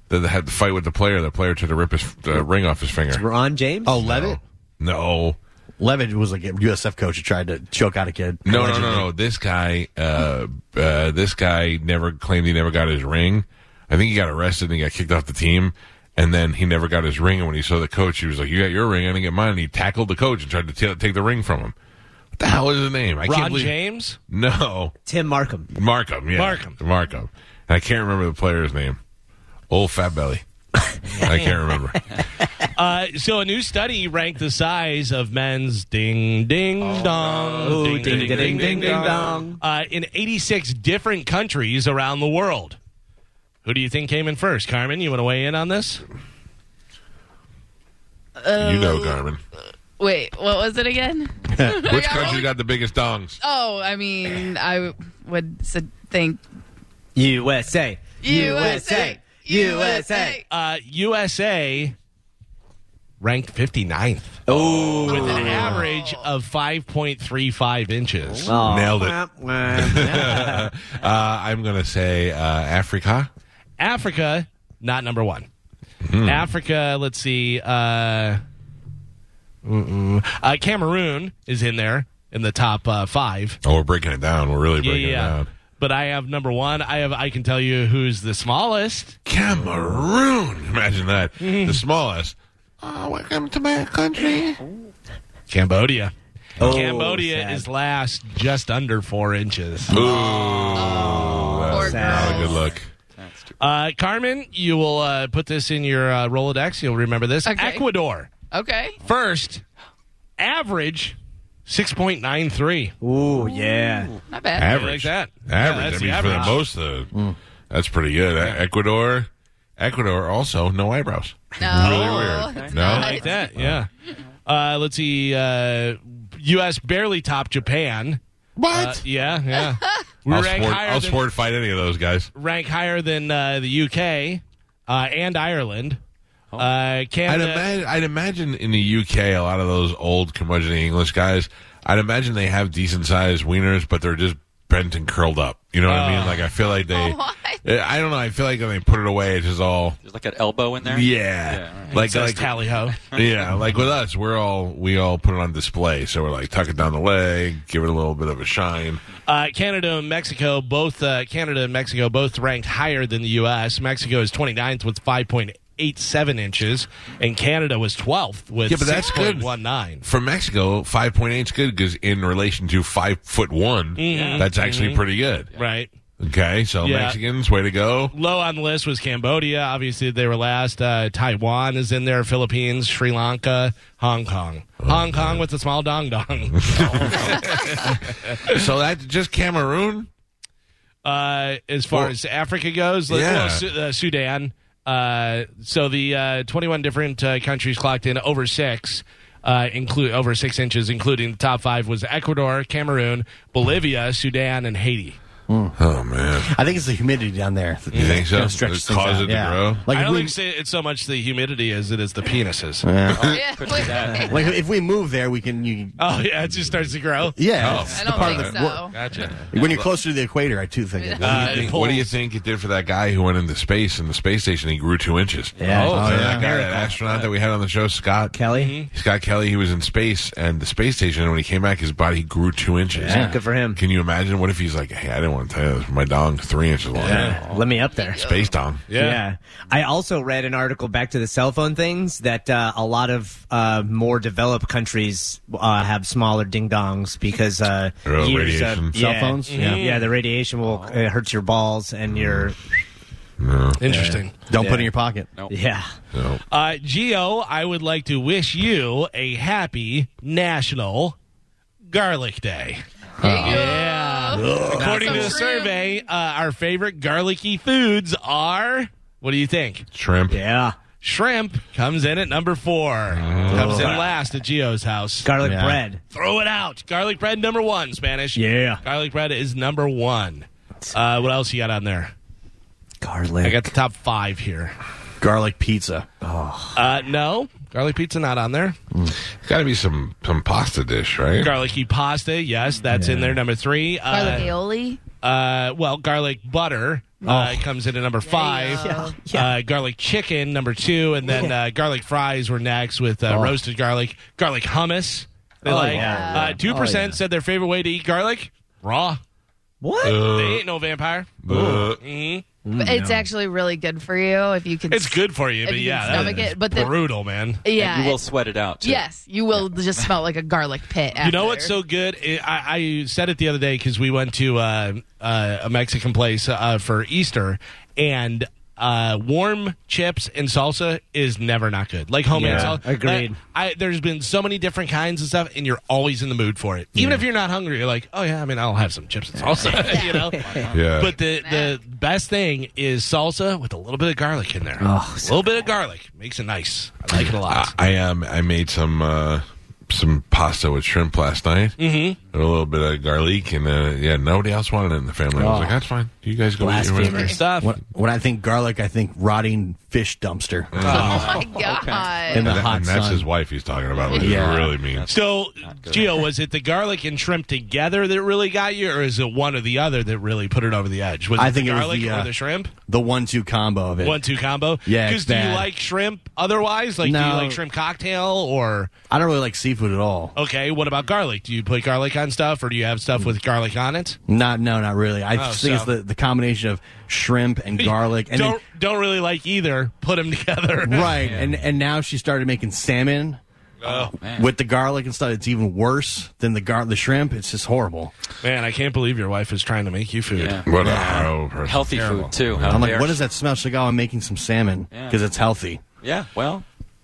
that had the fight with the player. The player tried to rip his uh, ring off his finger. Ron James? Oh, Levitt. No, Levitt was like a USF coach who tried to choke out a kid. no, no, Allegedly. no, no. This guy, uh, uh, this guy never claimed he never got his ring. I think he got arrested and he got kicked off the team. And then he never got his ring. And when he saw the coach, he was like, "You got your ring, I didn't get mine." And he tackled the coach and tried to t- take the ring from him. What the hell is his name? I Ron can't believe. James. No, Tim Markham. Markham, yeah. Markham. Markham. And I can't remember the player's name. Old Fat Belly. I can't remember. Uh, so a new study ranked the size of men's ding ding dong Ding, Oh, ding, ding, ding, ding, dong. uh, in 86 different countries around the world. Who do you think came in first, Carmen? You want to weigh in on this? you know, Garmin. Wait, what was it again? Which country got the biggest dongs? Oh, I mean, I would s- think USA. USA, USA. Uh, USA ranked 59th. Oh, with an average of 5.35 inches. Oh. Nailed it. Wah, wah. (laughs) Uh, I'm going to say uh, Africa. Africa, not number one. Africa, let's see. Uh, mm-mm. uh, Cameroon is in there in the top uh, five. Oh, we're breaking it down. We're really breaking it down. But I have number one. I have. I can tell you who's the smallest. Cameroon. Imagine that. Mm. The smallest. Oh, welcome to my country. Cambodia. Oh, Cambodia sad. is last, just under four inches. poor Not girl. a good look. Uh, Carmen, you will uh, put this in your uh, Rolodex. You'll remember this. Okay. Ecuador Okay. first, average six point nine three. Ooh, yeah. Not bad. Average. that. Yeah, that's Average. the I mean, for average. the most, of the, that's pretty good. Ecuador, Ecuador also no eyebrows. (laughs) No. Really weird. it's No? not. Like that. Yeah. (laughs) Uh, let's see. Uh, U.S. barely topped Japan. What? Uh, (laughs) yeah, yeah. We I'll, rank support, higher, I'll than, support fight any of those guys. rank higher than uh, the U.K. Uh, and Ireland. Uh, Oh. I'd, Canada. imagine, I'd imagine in the UK, a lot of those old curmudgeon English guys, I'd imagine they have decent sized wieners, but they're just bent and curled up. You know what Oh. I mean? Like, I feel like (laughs) they. What? I don't know. I feel like when they put it away, it's just all. There's like an elbow in there. Yeah. Like, Says like tally ho. yeah, like with us, we're all we all put it on display. So we're like tuck it down the leg, give it a little bit of a shine. Uh, Canada and Mexico both uh, Canada and Mexico both ranked higher than the U.S. Mexico is 29th with 5.87 inches, and Canada was 12th with Yeah, but that's good. 6.19. For Mexico, Mm-hmm. five point eight is good because in relation to five foot one, that's actually pretty good. Right. Okay, so Yeah. Mexicans, way to (laughs) go. Low on the list was Cambodia. Obviously, they were last. Uh, Taiwan is in there. Philippines, Sri Lanka, Hong Kong. Hong Kong with a small dong dong. So that's just Cameroon? uh, as far Well- as Africa goes, like, Yeah. well, Su- uh, Sudan. Uh, so the uh, 21 different uh, countries clocked in over six, uh, include over six inches, including the top five was Ecuador, Cameroon, Bolivia, Sudan, and Haiti. Oh, man. I think it's the humidity down there. You think so? Kinda stretches It things caused out, it to yeah. grow? Like I if don't we, think say it's so much the humidity as it is the penises. Yeah, like- like if we move there, we can. You, Oh yeah, it just starts to grow. Oh. yeah, (laughs) I it's the don't part of think the- so. Gotcha. when you're closer to the equator, I do think. it- What do, Uh, you think, polls. what do you think it did for that guy who went into space in the space station? He grew two inches. Yeah. Oh, Oh, so yeah. that guy, that astronaut that we had on the show, Scott Mm-hmm. Kelly? Scott Kelly, he was in space and the space station, and when he came back, his body grew two inches. Good for him. Can you imagine? What if he's like, "Hey, I didn't want to tell you this. My dong's three inches long. Let me up there. Space dong. Yeah. I also read an article back to the cell phone things that uh, a lot of uh, more developed countries uh, have smaller ding dongs because uh, Oh, years radiation. of Cell yeah. phones? Yeah. yeah, the radiation will it hurts your balls and your Interesting. Don't Yeah. put it in your pocket. yeah. So, Uh, Geo, I would like to wish you a happy National Garlic Day. Yeah. According to the Awesome. survey, uh, our favorite garlicky foods are. What do you think? shrimp. Yeah. Shrimp comes in at number four. Comes in last at Geo's house. Oh. Garlic Yeah. bread. Throw it out. Garlic bread number one. Spanish. Yeah. Garlic bread is number one. Uh, what else you got on there? Garlic. I got the top five here. Garlic pizza. Uh, no, garlic pizza not on there. Got to be some some pasta dish, right? Garlicky pasta, yes, that's in there. Number three, Garlic uh, aioli. uh, well, garlic butter uh, Oh. comes in at number five. Uh, garlic chicken, number two, and then uh, garlic fries were next with Oh. uh, roasted garlic, garlic hummus. They like yeah. Oh, uh, two percent said their favorite way to eat garlic raw. what? They ain't no vampire. Uh, But It's actually really good for you if you can. Mm, It's good for you, If but you can yeah, stomach that's it, but the- brutal, man. Yeah. you will it- sweat it out. Too. yes, you will just smell like a garlic pit. After. You know what's so good? I, I- I said it the other day because we went to uh, uh, a Mexican place uh, for Easter, and uh, warm chips and salsa is never not good. Like homemade Yeah, salsa. agreed. Like, I, there's been so many different kinds and stuff, and you're always in the mood for it. Even if you're not hungry, you're like, oh yeah, I mean, I'll have some chips and salsa. (laughs) you know. yeah. But the, the best thing is salsa with a little bit of garlic in there. Oh, a little bit of garlic makes it nice. I like it a lot. Ah. I, I um I made some uh, some pasta with shrimp last night. Mm-hmm. A little bit of garlic, and uh, yeah, nobody else wanted it in the family. I was like, that's fine. You guys go eat your Good whatever." stuff. When, when I think garlic, I think rotting fish dumpster (laughs) Oh my god! in the And, that- hot and that's sun. his wife he's talking about, which Yeah. is really mean. So, Gio, was it the garlic and shrimp together that really got you, or is it one or the other that really put it over the edge? Was I it think the it was garlic the, or uh, the shrimp? the one-two combo of it. One two combo. Yeah, Because it's do you bad. like shrimp otherwise? Like, do you No. like shrimp cocktail or I don't really like seafood at all. okay? What about garlic? Do you put garlic on stuff, or do you have stuff with garlic on it? Not no, not really. I Oh, just think so- it's the, the combination of shrimp (laughs) and garlic and then- don't don't really like either. Put them together. right and and now she started making salmon Oh, uh, man. with the garlic and stuff. It's even worse than the gar- the shrimp. It's just horrible. (laughs) Man, I can't believe your wife is trying to make you food. Yeah. What a horrible person. Healthy food too. How I'm dare like, what she- does that smell? She's like, oh, I'm making some salmon Yeah. because it's healthy. Yeah. Well,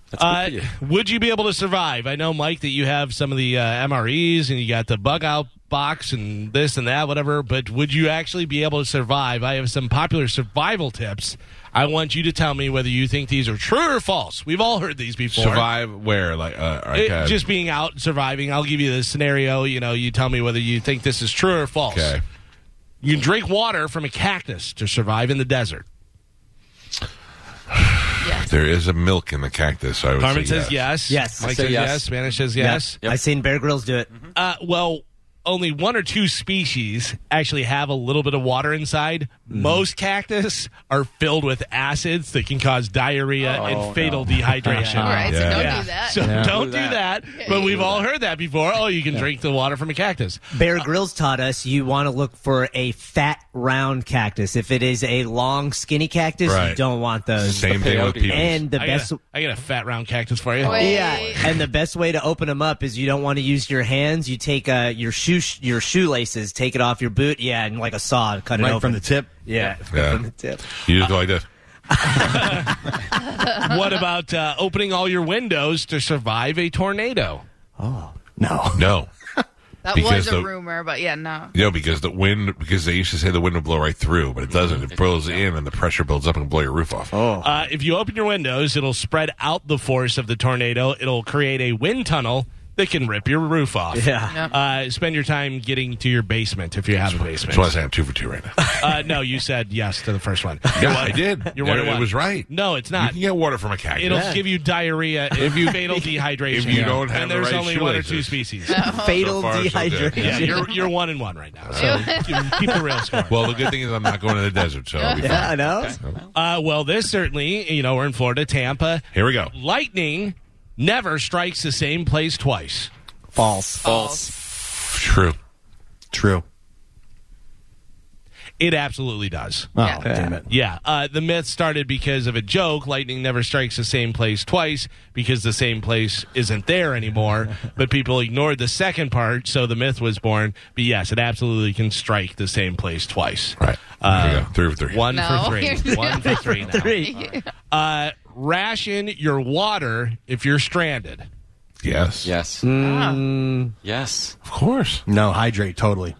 that's Uh, good for you. would you be able to survive? I know, Mike, that you have some of the uh, MREs and you got the bug out box and this and that, whatever. But would you actually be able to survive? I have some popular survival tips. I want you to tell me whether you think these are true or false. We've all heard these before. Survive where? Like, uh, like It- uh, just being out surviving. I'll give you the scenario. You know, you tell me whether you think this is true or false. okay. You can drink water from a cactus to survive in the desert. yes. There is a milk in the cactus. So I would Carmen say says yes. Yes. I Mike say says yes. yes. Spanish says yes. Yep. I've seen Bear Grylls do it. Uh, well, only one or two species actually have a little bit of water inside. Most cactus are filled with acids that can cause diarrhea and fatal dehydration. All right, so don't Yeah. do that. So don't Do do that. that. But we've all heard that before. Oh, you can drink the water from a cactus. Bear Grylls taught us you want to look for a fat, round cactus. If it is a long, skinny cactus, Right. you don't want those. Same thing with peyote. people. and the I uh, best, got, a, I got a fat round cactus for you. Wait. yeah, and the best way to open them up is you don't want to use your hands. You take uh, your shoe shoe your shoelaces, take it off your boot, yeah, and like a saw, cut it Right open. from the tip? Yeah, Yeah. from the tip. You just go like this. what about uh, opening all your windows to survive a tornado? No. No. That Because was a the- rumor, but yeah, no. No, because the wind, because they used to say the wind would blow right through, Mm-hmm. but it doesn't. It blows in and the pressure builds up and can blow your roof off. Oh. Uh, if you open your windows, it'll spread out the force of the tornado. It'll create a wind tunnel that can rip your roof off. Yeah. Yep. Uh, spend your time getting to your basement if you have a That's why I basement. say I'm two for two (laughs) right now. Uh, no, you said yes to the first one. yeah, I did. You're Yeah, one of It one. was right. No, it's You not. can get water from a cactus. It'll give you diarrhea (laughs) if you fatal dehydration. if you don't have and the there's right only one or two shoelaces. species. (laughs) Fatal far, so good. dehydration. (laughs) Yeah, you're you're one and one right now. So keep- keep the real (laughs) score. Well, the good thing is I'm not going to the desert, so I'll (laughs) be (laughs) Yeah, fine. I know. Uh, well, this certainly, you know, we're in Florida, Tampa. Here we go. Lightning never strikes the same place twice. False. False. True. True. It absolutely does. Oh, Yeah. damn it. Yeah, uh, the myth started because of a joke. Lightning never strikes the same place twice because the same place isn't there anymore. but people ignored the second part, so the myth was born. But yes, it absolutely can strike the same place twice. Right. Here we Uh, go. Three for three. One No. for three. One for three. Now. Three. Uh, ration your water if you're stranded. Yes. Ah. Yes. Yes. Of course. No, hydrate totally.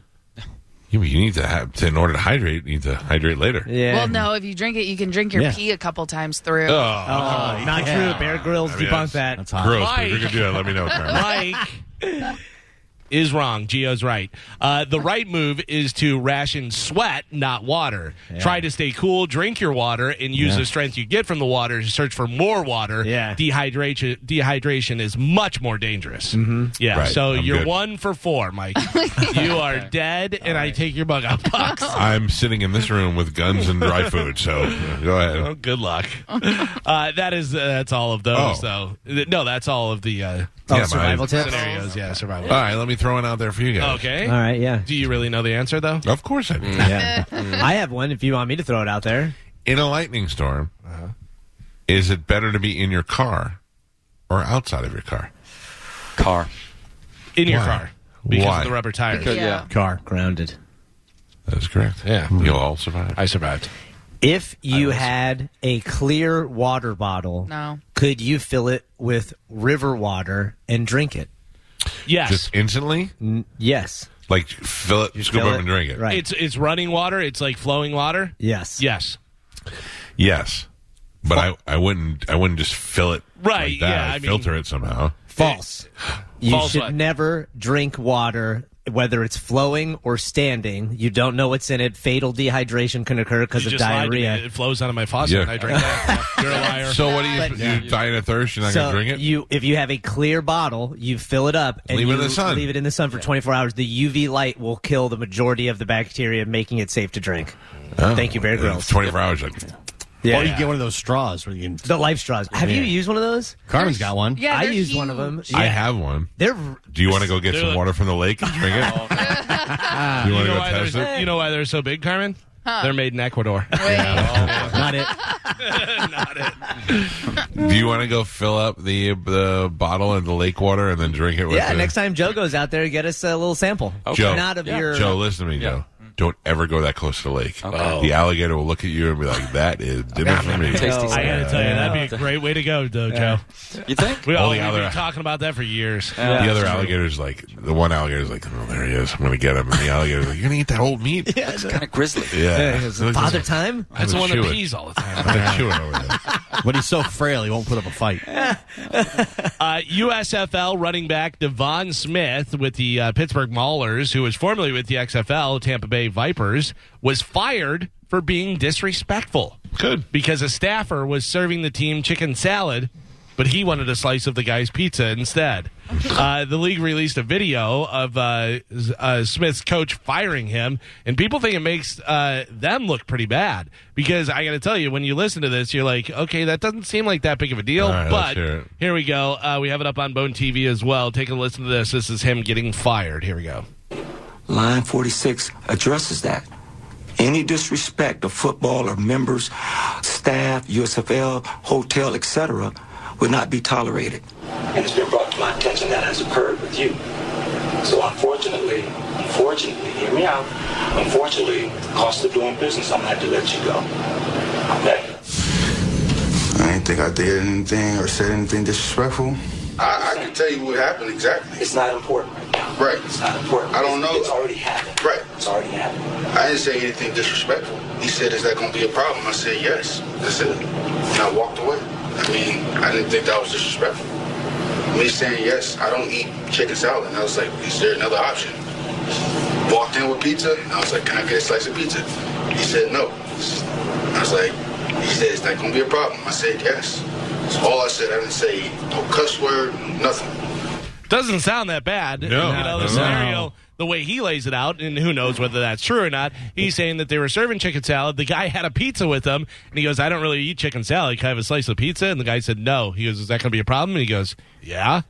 Yeah, but you need to have, to, in order to hydrate, you need to hydrate later. Yeah. Well, no, if you drink it, you can drink your Yeah. pee a couple times through. Oh, not true. Bear Grylls I mean, debunked that. That's hot. Gross. Why? But if you're going to do that, let me know. (laughs) Carmen. Mike is wrong. Gio's right. Uh, the right move is to ration sweat, not water. Try to stay cool, drink your water, and use Yeah. the strength you get from the water to search for more water. Yeah. Dehydration, dehydration is much more dangerous. Yeah. Right. So I'm you're good. one for four, Mike. you are dead, and I take your bug out (laughs) box. I'm sitting in this room with guns and dry food, so uh, go Oh, ahead. good luck. uh, that is uh, that's all of those. Oh. though. Th- no, that's all of the uh, Oh, Yeah, my- survival tips. scenarios. Yeah, survival. All right, let me throw one out there for you guys. Okay. All right, (laughs) yeah. Do you really know the answer though? Of course I do. yeah. I have one if you want me to throw it out there. In a lightning storm, Uh-huh. is it better to be in your car or outside of your car? Car. In your Why? car because Why? of the rubber tires. Because- yeah. Car. Grounded. That's correct. Yeah. You'll all survive. I survived. If you had a clear water bottle, No. could you fill it with river water and drink it? Yes. Just instantly? Yes. Like, fill it, scoop fill up it- and drink it. Right. it's it's running water. It's like flowing water. Yes. Yes. Yes. But I, I wouldn't I wouldn't just fill it Right, like that. yeah, I'd I mean- filter it somehow. False. You False should what? never drink water, whether it's flowing or standing. You don't know what's in it. Fatal dehydration can occur because You of just lied to me. diarrhea. It flows out of my faucet Yeah. and I drink (laughs) that. You're a liar. So what do you you dying of thirst? You're not so gonna drink it. you, if you have a clear bottle, you fill it up and Leave it you in the sun. leave it in the sun for 24 hours. The UV light will kill the majority of the bacteria, making it safe to drink. Oh. Thank you, Bear Grylls. Twenty four hours. Like, Oh, Yeah. Or you get one of those straws where you can. The life straws. Have you used one of those? (laughs) Carmen's got one. Yeah, I they're used one of them. huge. I have one. They're Do you want to go get They're some like- water from the lake and drink (laughs) it? (laughs) you Oh, you want to know go why test they're it? you know why they're so big, Carmen? They're made in Ecuador. not it. Do you want to go fill up the the bottle in the lake water and then drink it with? Yeah, the- next time Joe goes out there, get us a little sample. Joe, Not of Yeah. your. Joe, listen to me, Joe. Don't ever go that close to the lake. The alligator will look at you and be like, (laughs) "That is dinner for me." Tasty. (laughs) I gotta tell you, that'd be a great way to go, though, Joe. You think? We All all, the we've other- been talking about that for years. The other alligator's like, the one alligator's like, "Oh, there he is. I'm gonna get him." And the alligator's like, "You're gonna eat that (laughs) old meat." Yeah, It's kind of grizzly. Father time? That's the one that Chew it. pees all the time. (laughs) I'm chewing over there. But he's so frail, he won't put up (laughs) a fight. (laughs) Uh, USFL running back Devon Smith with the uh, Pittsburgh Maulers, who was formerly with the XFL Tampa Bay Vipers, was fired for being disrespectful. Good. Because a staffer was serving the team chicken salad, but he wanted a slice of the guy's pizza instead. Uh, the league released a video of uh, S- uh, Smith's coach firing him, and people think it makes uh, them look pretty bad. Because I got to tell you, when you listen to this, you're like, okay, that doesn't seem like that big of a deal, All right, let's but. hear it. Here we go. Uh, we have it up on Bone TV as well. Take a listen to this. This is him getting fired. Here we go. Line 46 addresses that. Any disrespect of football or members, staff, USFL, hotel, etc., would not be tolerated. And it's been brought to my attention that has occurred with you. So unfortunately, unfortunately, hear me out. Unfortunately, cost of doing business, I'm gonna have to let you go. That I didn't think I did anything or said anything disrespectful. I, I can tell you what happened exactly. It's not important right now. Right. It's not important. I don't know. It's already happened. Right. It's already happened. I didn't say anything disrespectful. He said, "Is that going to be a problem?" I said, "Yes." That's it. And I walked away. I mean, I didn't think that was disrespectful. Me saying yes, I don't eat chicken salad. And I was like, "Is there another option?" Walked in with pizza. And I was like, "Can I get a slice of pizza?" He said, "No." I was like, "He said, is that going to be a problem?" I said, "Yes." That's all I said. I didn't say no cuss word, nothing. Doesn't sound that bad. No, you know, the No. scenario, the way he lays it out, and who knows whether that's true or not. He's saying that they were serving chicken salad. The guy had a pizza with them, and he goes, "I don't really eat chicken salad. Can I have a slice of pizza?" And the guy said, "No." He goes, "Is that going to be a problem?" And he goes, "Yeah."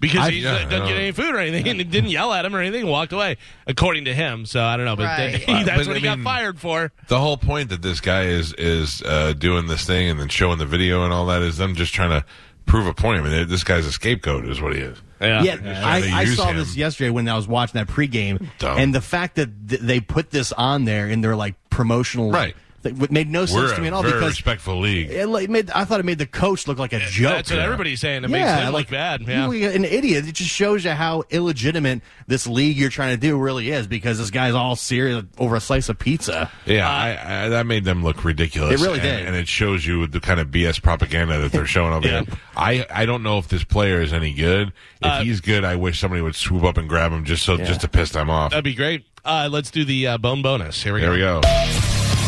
Because I- he yeah, doesn't I get know. any food or anything, and didn't yell at him or anything, and walked away, according to him. So I don't know, but Right. he- (laughs) that's But, what I he mean- got fired for. The whole point that this guy is is uh, doing this thing and then showing the video and all that is them just trying to prove a point. I mean, they- this guy's a scapegoat is what he is. They're Yeah, just trying to I, I use saw him. this yesterday when I was watching that pregame, Dumb. and the fact that th- they put this on there in their like promotional Right. that w- made no sense We're a to me at all very because respectful league. it like, made I thought it made the coach look like a joke. That's what everybody's saying. It makes Yeah, him like, look bad. you Yeah. look like an idiot. It just shows you how illegitimate this league you're trying to do really is because this guy's all serious over a slice of pizza. Yeah, I, I, that made them look ridiculous. It really and, did. and it shows you the kind of BS propaganda that they're showing (laughs) over there. I, I don't know if this player is any good. If Uh, he's good, I wish somebody would swoop up and grab him just so just to piss them off. That'd be great. Uh, let's do the uh, bone bonus. Here we There go. we go.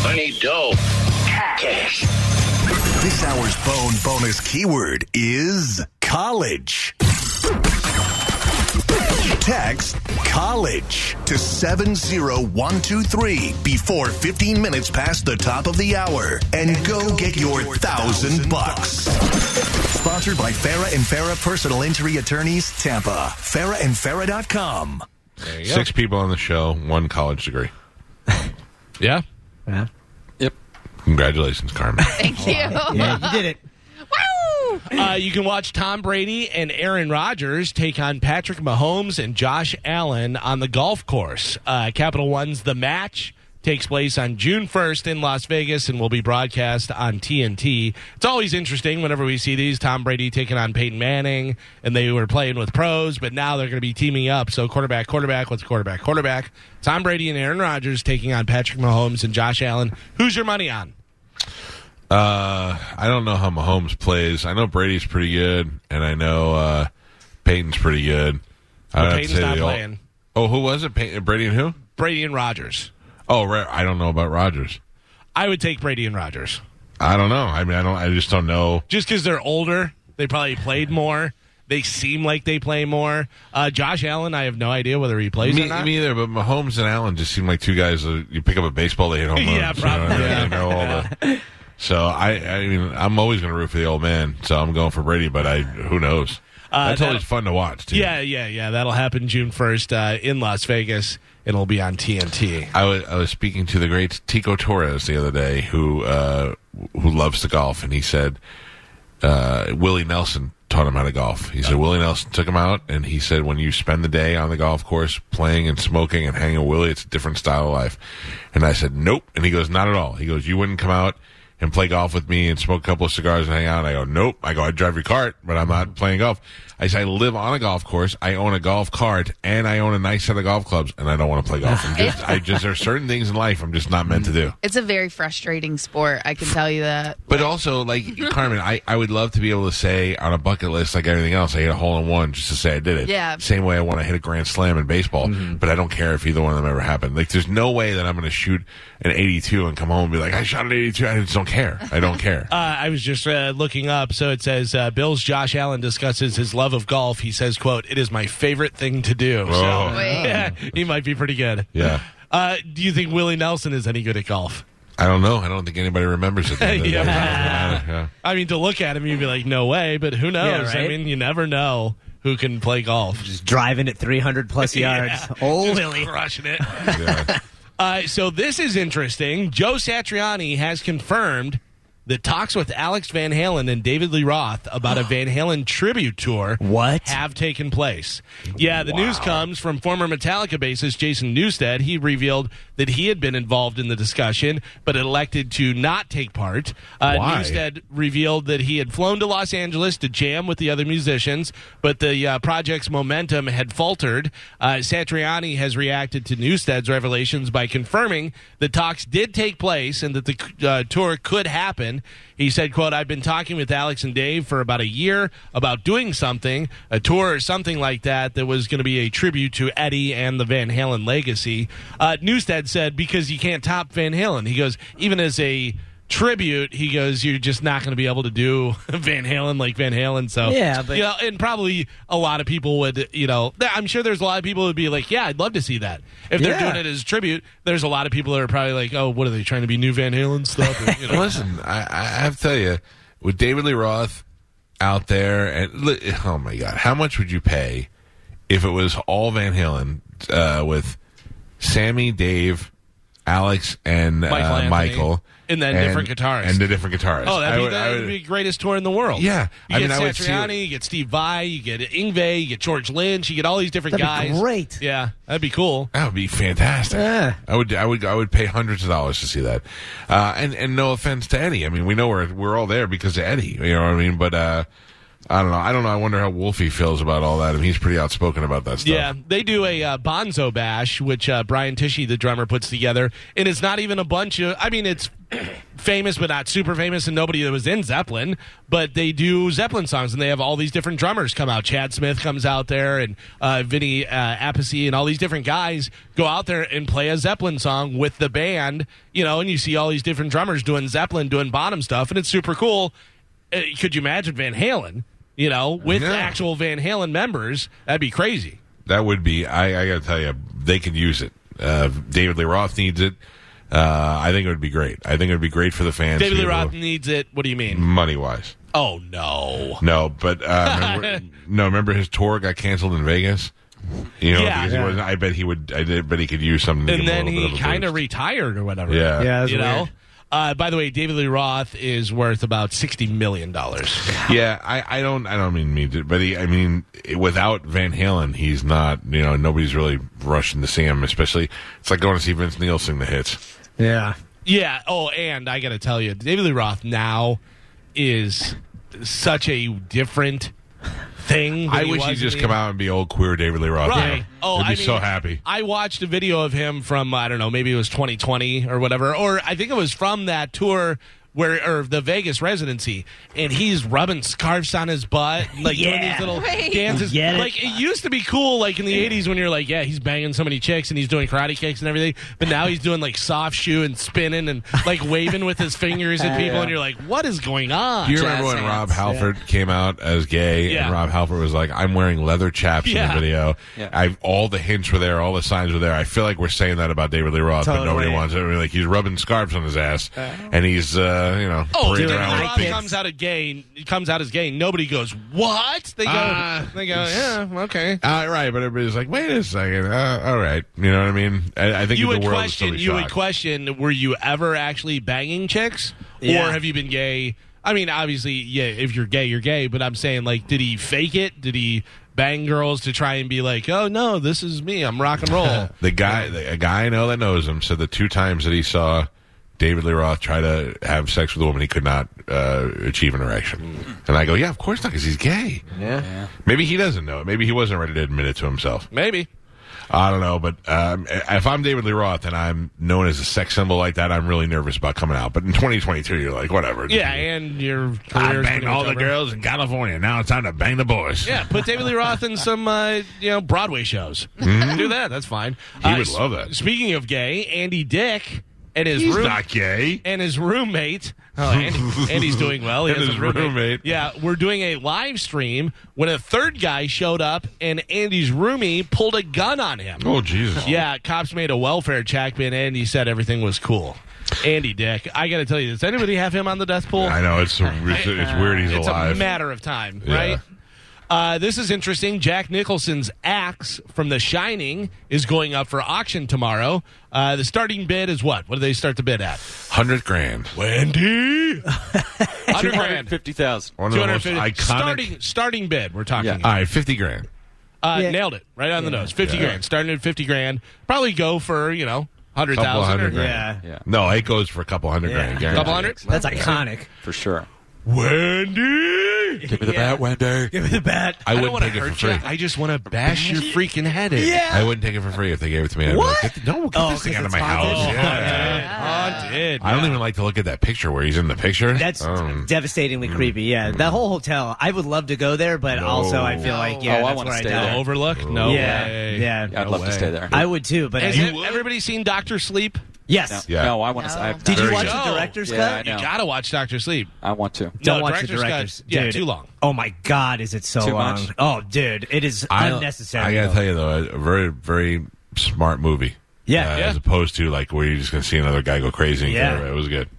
I need dough. Cash. This hour's bone bonus keyword is college. Text college to 70123 before 15 minutes past the top of the hour and go get your thousand bucks. Sponsored by Farah and Farah Personal Injury Attorneys, Tampa. FarahandFarah.com. Six people on the show, one college degree. yeah. Yeah. Yep. Congratulations, Carmen. Oh, Thank you. (laughs) Yeah, you did it. Uh, you can watch Tom Brady and Aaron Rodgers take on Patrick Mahomes and Josh Allen on the golf course. Uh, Capital One's The Match takes place on June 1st in Las Vegas and will be broadcast on TNT. It's always interesting whenever we see these Tom Brady taking on Peyton Manning, and they were playing with pros, but now they're going to be teaming up. So, quarterback, quarterback, what's quarterback, quarterback? Tom Brady and Aaron Rodgers taking on Patrick Mahomes and Josh Allen. Who's your money on? Uh, I don't know how Mahomes plays. I know Brady's pretty good, and I know uh, Peyton's pretty good. I Well, would have to Peyton's say not they all- playing. oh, who was it? Peyton, Brady and who? Brady and Rodgers. Oh, right. I don't know about Rodgers. I would take Brady and Rodgers. I don't know. I mean, I don't. I just don't know. just because they're older, they probably played more. They seem like they play more. Uh, Josh Allen, I have no idea whether he plays me, or not. me either. But Mahomes and Allen just seem like two guys. Uh, you pick up a baseball, they hit home runs. you know (laughs) Yeah, what I mean? probably. They know all the- (laughs) so I, I mean, I'm always going to root for the old man. So I'm going for Brady, but I who knows? Uh, That's always that- fun to watch. Too. yeah, yeah, yeah. That'll happen June first uh, in Las Vegas. It'll be on TNT. I was, I was speaking to the great Tico Torres the other day, who uh, who loves to golf, and he said uh, Willie Nelson taught him how to golf. He said Willie Nelson took him out, and he said when you spend the day on the golf course playing and smoking and hanging with Willie, it's a different style of life. And I said nope, and he goes not at all. He goes you wouldn't come out. And play golf with me and smoke a couple of cigars and hang out. And I go, nope. I go, I drive your cart, but I'm not playing golf. I say, I live on a golf course. I own a golf cart and I own a nice set of golf clubs and I don't want to play golf. I'm just, I just, there are certain things in life I'm just not meant to do. It's a very frustrating sport. I can tell you that. But also, like Carmen, I, I would love to be able to say on a bucket list, like everything else, I hit a hole in one just to say I did it. Yeah. Same way I want to hit a grand slam in baseball, but I don't care if either one of them ever happened. Like, there's no way that I'm going to shoot an 82 and come home and be like, I shot an 82. I just don't care. I don't care. Uh, I was just uh, looking up, so it says uh, Bill's Josh Allen discusses his love of golf. He says, "quote It is my favorite thing to do." So Oh. Wait. yeah, (laughs) he might be pretty good. Yeah. Uh, do you think Willie Nelson is any good at golf? I don't know. I don't think anybody remembers it. Yeah. Yeah. I mean, to look at him, you'd be like, no way, but who knows? Yeah, right? I mean, you never know who can play golf. Just Driving at 300 (laughs) plus yards. Old (laughs) Willie. Crushing it. Uh, so this is interesting. Joe Satriani has confirmed that talks with Alex Van Halen and David Lee Roth about a Van Halen tribute tour. What? Have taken place. Yeah, the news comes from former Metallica bassist Jason Newsted. He revealed that he had been involved in the discussion, but elected to not take part. Uh, Why? Newsted revealed that he had flown to Los Angeles to jam with the other musicians, but the uh, project's momentum had faltered. Uh, Satriani has reacted to Newsted's revelations by confirming that talks did take place and that the uh, tour could happen. He said, "quote I've been talking with Alex and Dave for about a year about doing something, a tour or something like that, that was going to be a tribute to Eddie and the Van Halen legacy." Uh, Newsted said, "Because you can't top Van Halen." He goes, "Even as a tribute, he goes, you're just not going to be able to do (laughs) Van Halen like Van Halen. So Yeah, but- you know, and probably a lot of people would, you know, th- I'm sure there's a lot of people who'd be like, yeah, I'd love to see that. If they're Yeah. doing it as a tribute, there's a lot of people that are probably like, oh, what are they trying to be new Van Halen stuff? (laughs) Or, you know. Listen, I, I have to tell you, with David Lee Roth out there, and li- oh my God, how much would you pay if it was all Van Halen uh, with Sammy, Dave, Alex, and Michael uh, Anthony. Michael, And then different guitarists. and the different guitarists? Oh, that'd I be, would- I that would would- be the greatest tour in the world. Yeah. You I get mean, I would see it. Satriani, you get Steve Vai, you get Ingve, you get George Lynch, you get all these different That'd be guys. great. Yeah, that'd be cool. That would be fantastic. Yeah. I would, I would, I would pay hundreds of dollars to see that. Uh, and and no offense to Eddie, I mean, we know we're we're all there because of Eddie. You know what I mean? But uh, I don't know. I don't know. I wonder how Wolfie feels about all that. I mean, he's pretty outspoken about that stuff. Yeah, they do a uh, Bonzo Bash, which uh, Brian Tishy, the drummer, puts together, and it's not even a bunch of. I mean, it's (clears throat) famous but not super famous, and nobody that was in Zeppelin. But they do Zeppelin songs, and they have all these different drummers come out. Chad Smith comes out there, and uh, Vinny uh, Appice, and all these different guys go out there and play a Zeppelin song with the band. You know, and you see all these different drummers doing Zeppelin, doing Bonham stuff, and it's super cool. Uh, could you imagine Van Halen? You know, with Yeah. actual Van Halen members, that'd be crazy. That would be. I, I got to tell you, they could use it. Uh, David Lee Roth needs it. Uh, I think it would be great. I think it would be great for the fans. David to Lee be able Roth needs it. What do you to- mean? money wise. Oh no. No, but uh, (laughs) remember, no. Remember his tour got canceled in Vegas. You know, Yeah. because he Yeah. wasn't. I bet he would. I did, bet he could use something. To And give him then a little he bit of a kind of retired or whatever. Yeah. Yeah, that's you know. weird. Uh, by the way, David Lee Roth is worth about sixty million dollars. boost. Yeah, I, I don't. I don't mean me, to, but he. I mean, without Van Halen, he's not. You know, nobody's really rushing to see him. Especially, it's like going to see Vince Neil sing the hits. Yeah. Yeah. Oh, and I got to tell you, David Lee Roth now is such a different thing. than I he wish he'd was just in come the- out and be old queer David Lee Roth. Right. now. Oh, I'd be I mean, so happy. I watched a video of him from I don't know, maybe it was 2020 or whatever, or I think it was from that tour where or the Vegas residency, and he's rubbing scarves on (laughs) his butt, and, like doing Yeah. these little Right. dances. Get it? Like it used to be cool, like in the 80s when you're like, yeah, he's banging so many chicks and he's doing karate kicks and everything, but now he's doing like soft shoe and spinning and like waving with his fingers at (laughs) people, Yeah. and you're like, what is going on? Do you remember when Rob Halford came out as gay Yeah. and Rob Halford was like, I'm wearing leather chaps in Yeah. the video. Yeah. I've, all the hints were there. All the signs were there. I feel like we're saying that about David Lee Roth, but nobody Totally. wants it. I mean, like he's rubbing scarves on his ass and he's, uh, you know, Oh, parading dude, when around with Rob big- comes out of gay, comes out as gay. Nobody goes, "What?" They go, Ah, "They go, yeah, okay." Uh, right, but everybody's like, wait a second. Uh, all right. You know what I mean? I, I think you the would world question. is You totally would shocked. question: Were you ever actually banging chicks, Yeah. or have you been gay? I mean, obviously, yeah. If you're gay, you're gay. But I'm saying, like, did he fake it? Did he bang girls to try and be like, "Oh no, this is me. I'm rock (laughs) and roll." The guy, the, a guy I know that knows him, said the two times that he saw David Lee Roth try to have sex with a woman, he could not uh, achieve an erection. Mm. And I go, yeah, of course not, because he's gay. Yeah. Maybe he doesn't know it. Maybe he wasn't ready to admit it to himself. Maybe. I don't know, but um, if I'm David Lee Roth and I'm known as a sex symbol like that, I'm really nervous about coming out. But in 2022, you're like, whatever. Yeah, and your I banged career's pretty much all the over. girls in California. Now it's time to bang the boys. Yeah, put David Lee Roth in some uh, you know Broadway shows. Mhm. Do that. That's fine. He would s- love that. Speaking of gay, Andy Dick and his He's room- not gay. and his roommate. Oh, Andy, Andy's doing well. (laughs) He And has a his roommate. roommate. Yeah, we're doing a live stream when a third guy showed up and Andy's roomie pulled a gun on him. Oh, Jesus. Yeah, cops made a welfare check, and Andy said everything was cool. Andy Dick, I got to tell you, does anybody have him on the death pool? I know, it's, it's, it's weird he's uh, it's alive. a matter of time, Yeah. right? Uh, this is interesting. Jack Nicholson's axe from The Shining is going up for auction tomorrow. Uh, the starting bid is what? What do they start the bid at? Hundred grand. Wendy. (laughs) Hundred grand. 250,000. One of the most 250. iconic. Starting starting bid. We're talking. All right, fifty grand. Uh, Yeah. Nailed it right on the Yeah. nose. Fifty Yeah. grand. Starting at fifty grand. Probably go for you know hundred Couple thousand. hundred or- grand. No, it goes for a couple hundred grand. guaranteed. Couple hundred. (laughs) For sure. Wendy. Give me the bat, Wendy. Give me the bat. I I, don't wouldn't want to take it for hurt free. you. I just want to bash your freaking head in. I wouldn't take it for free if they gave it to me. I'd be What? Like, get the, no, get Oh, this thing 'cause out of it's my haunted. house. Oh, Haunted. I don't even like to look at that picture where he's in the picture. That's Um, devastatingly creepy. Yeah, that whole hotel. I would love to go there, but also I feel like yeah, oh, I that's want where to I stay die. there. Overlook? No yeah, way. Yeah, Yeah, I'd love to stay there. I would too, but Has ev- everybody seen Doctor Sleep? Yes. No, no, I want to. I have Did you not- watch the director's Yeah, I cut? know. You gotta watch Doctor Sleep. I want to. Don't No, watch the director's cut. directors. Yeah, dude. too long. Oh my god, is it so Too long? much? Oh, dude, it is unnecessary. I gotta though. tell you though, a very very smart movie. Yeah. Uh, Yeah. as opposed to like where you're just gonna see another guy go crazy. and Yeah. get away. it was good.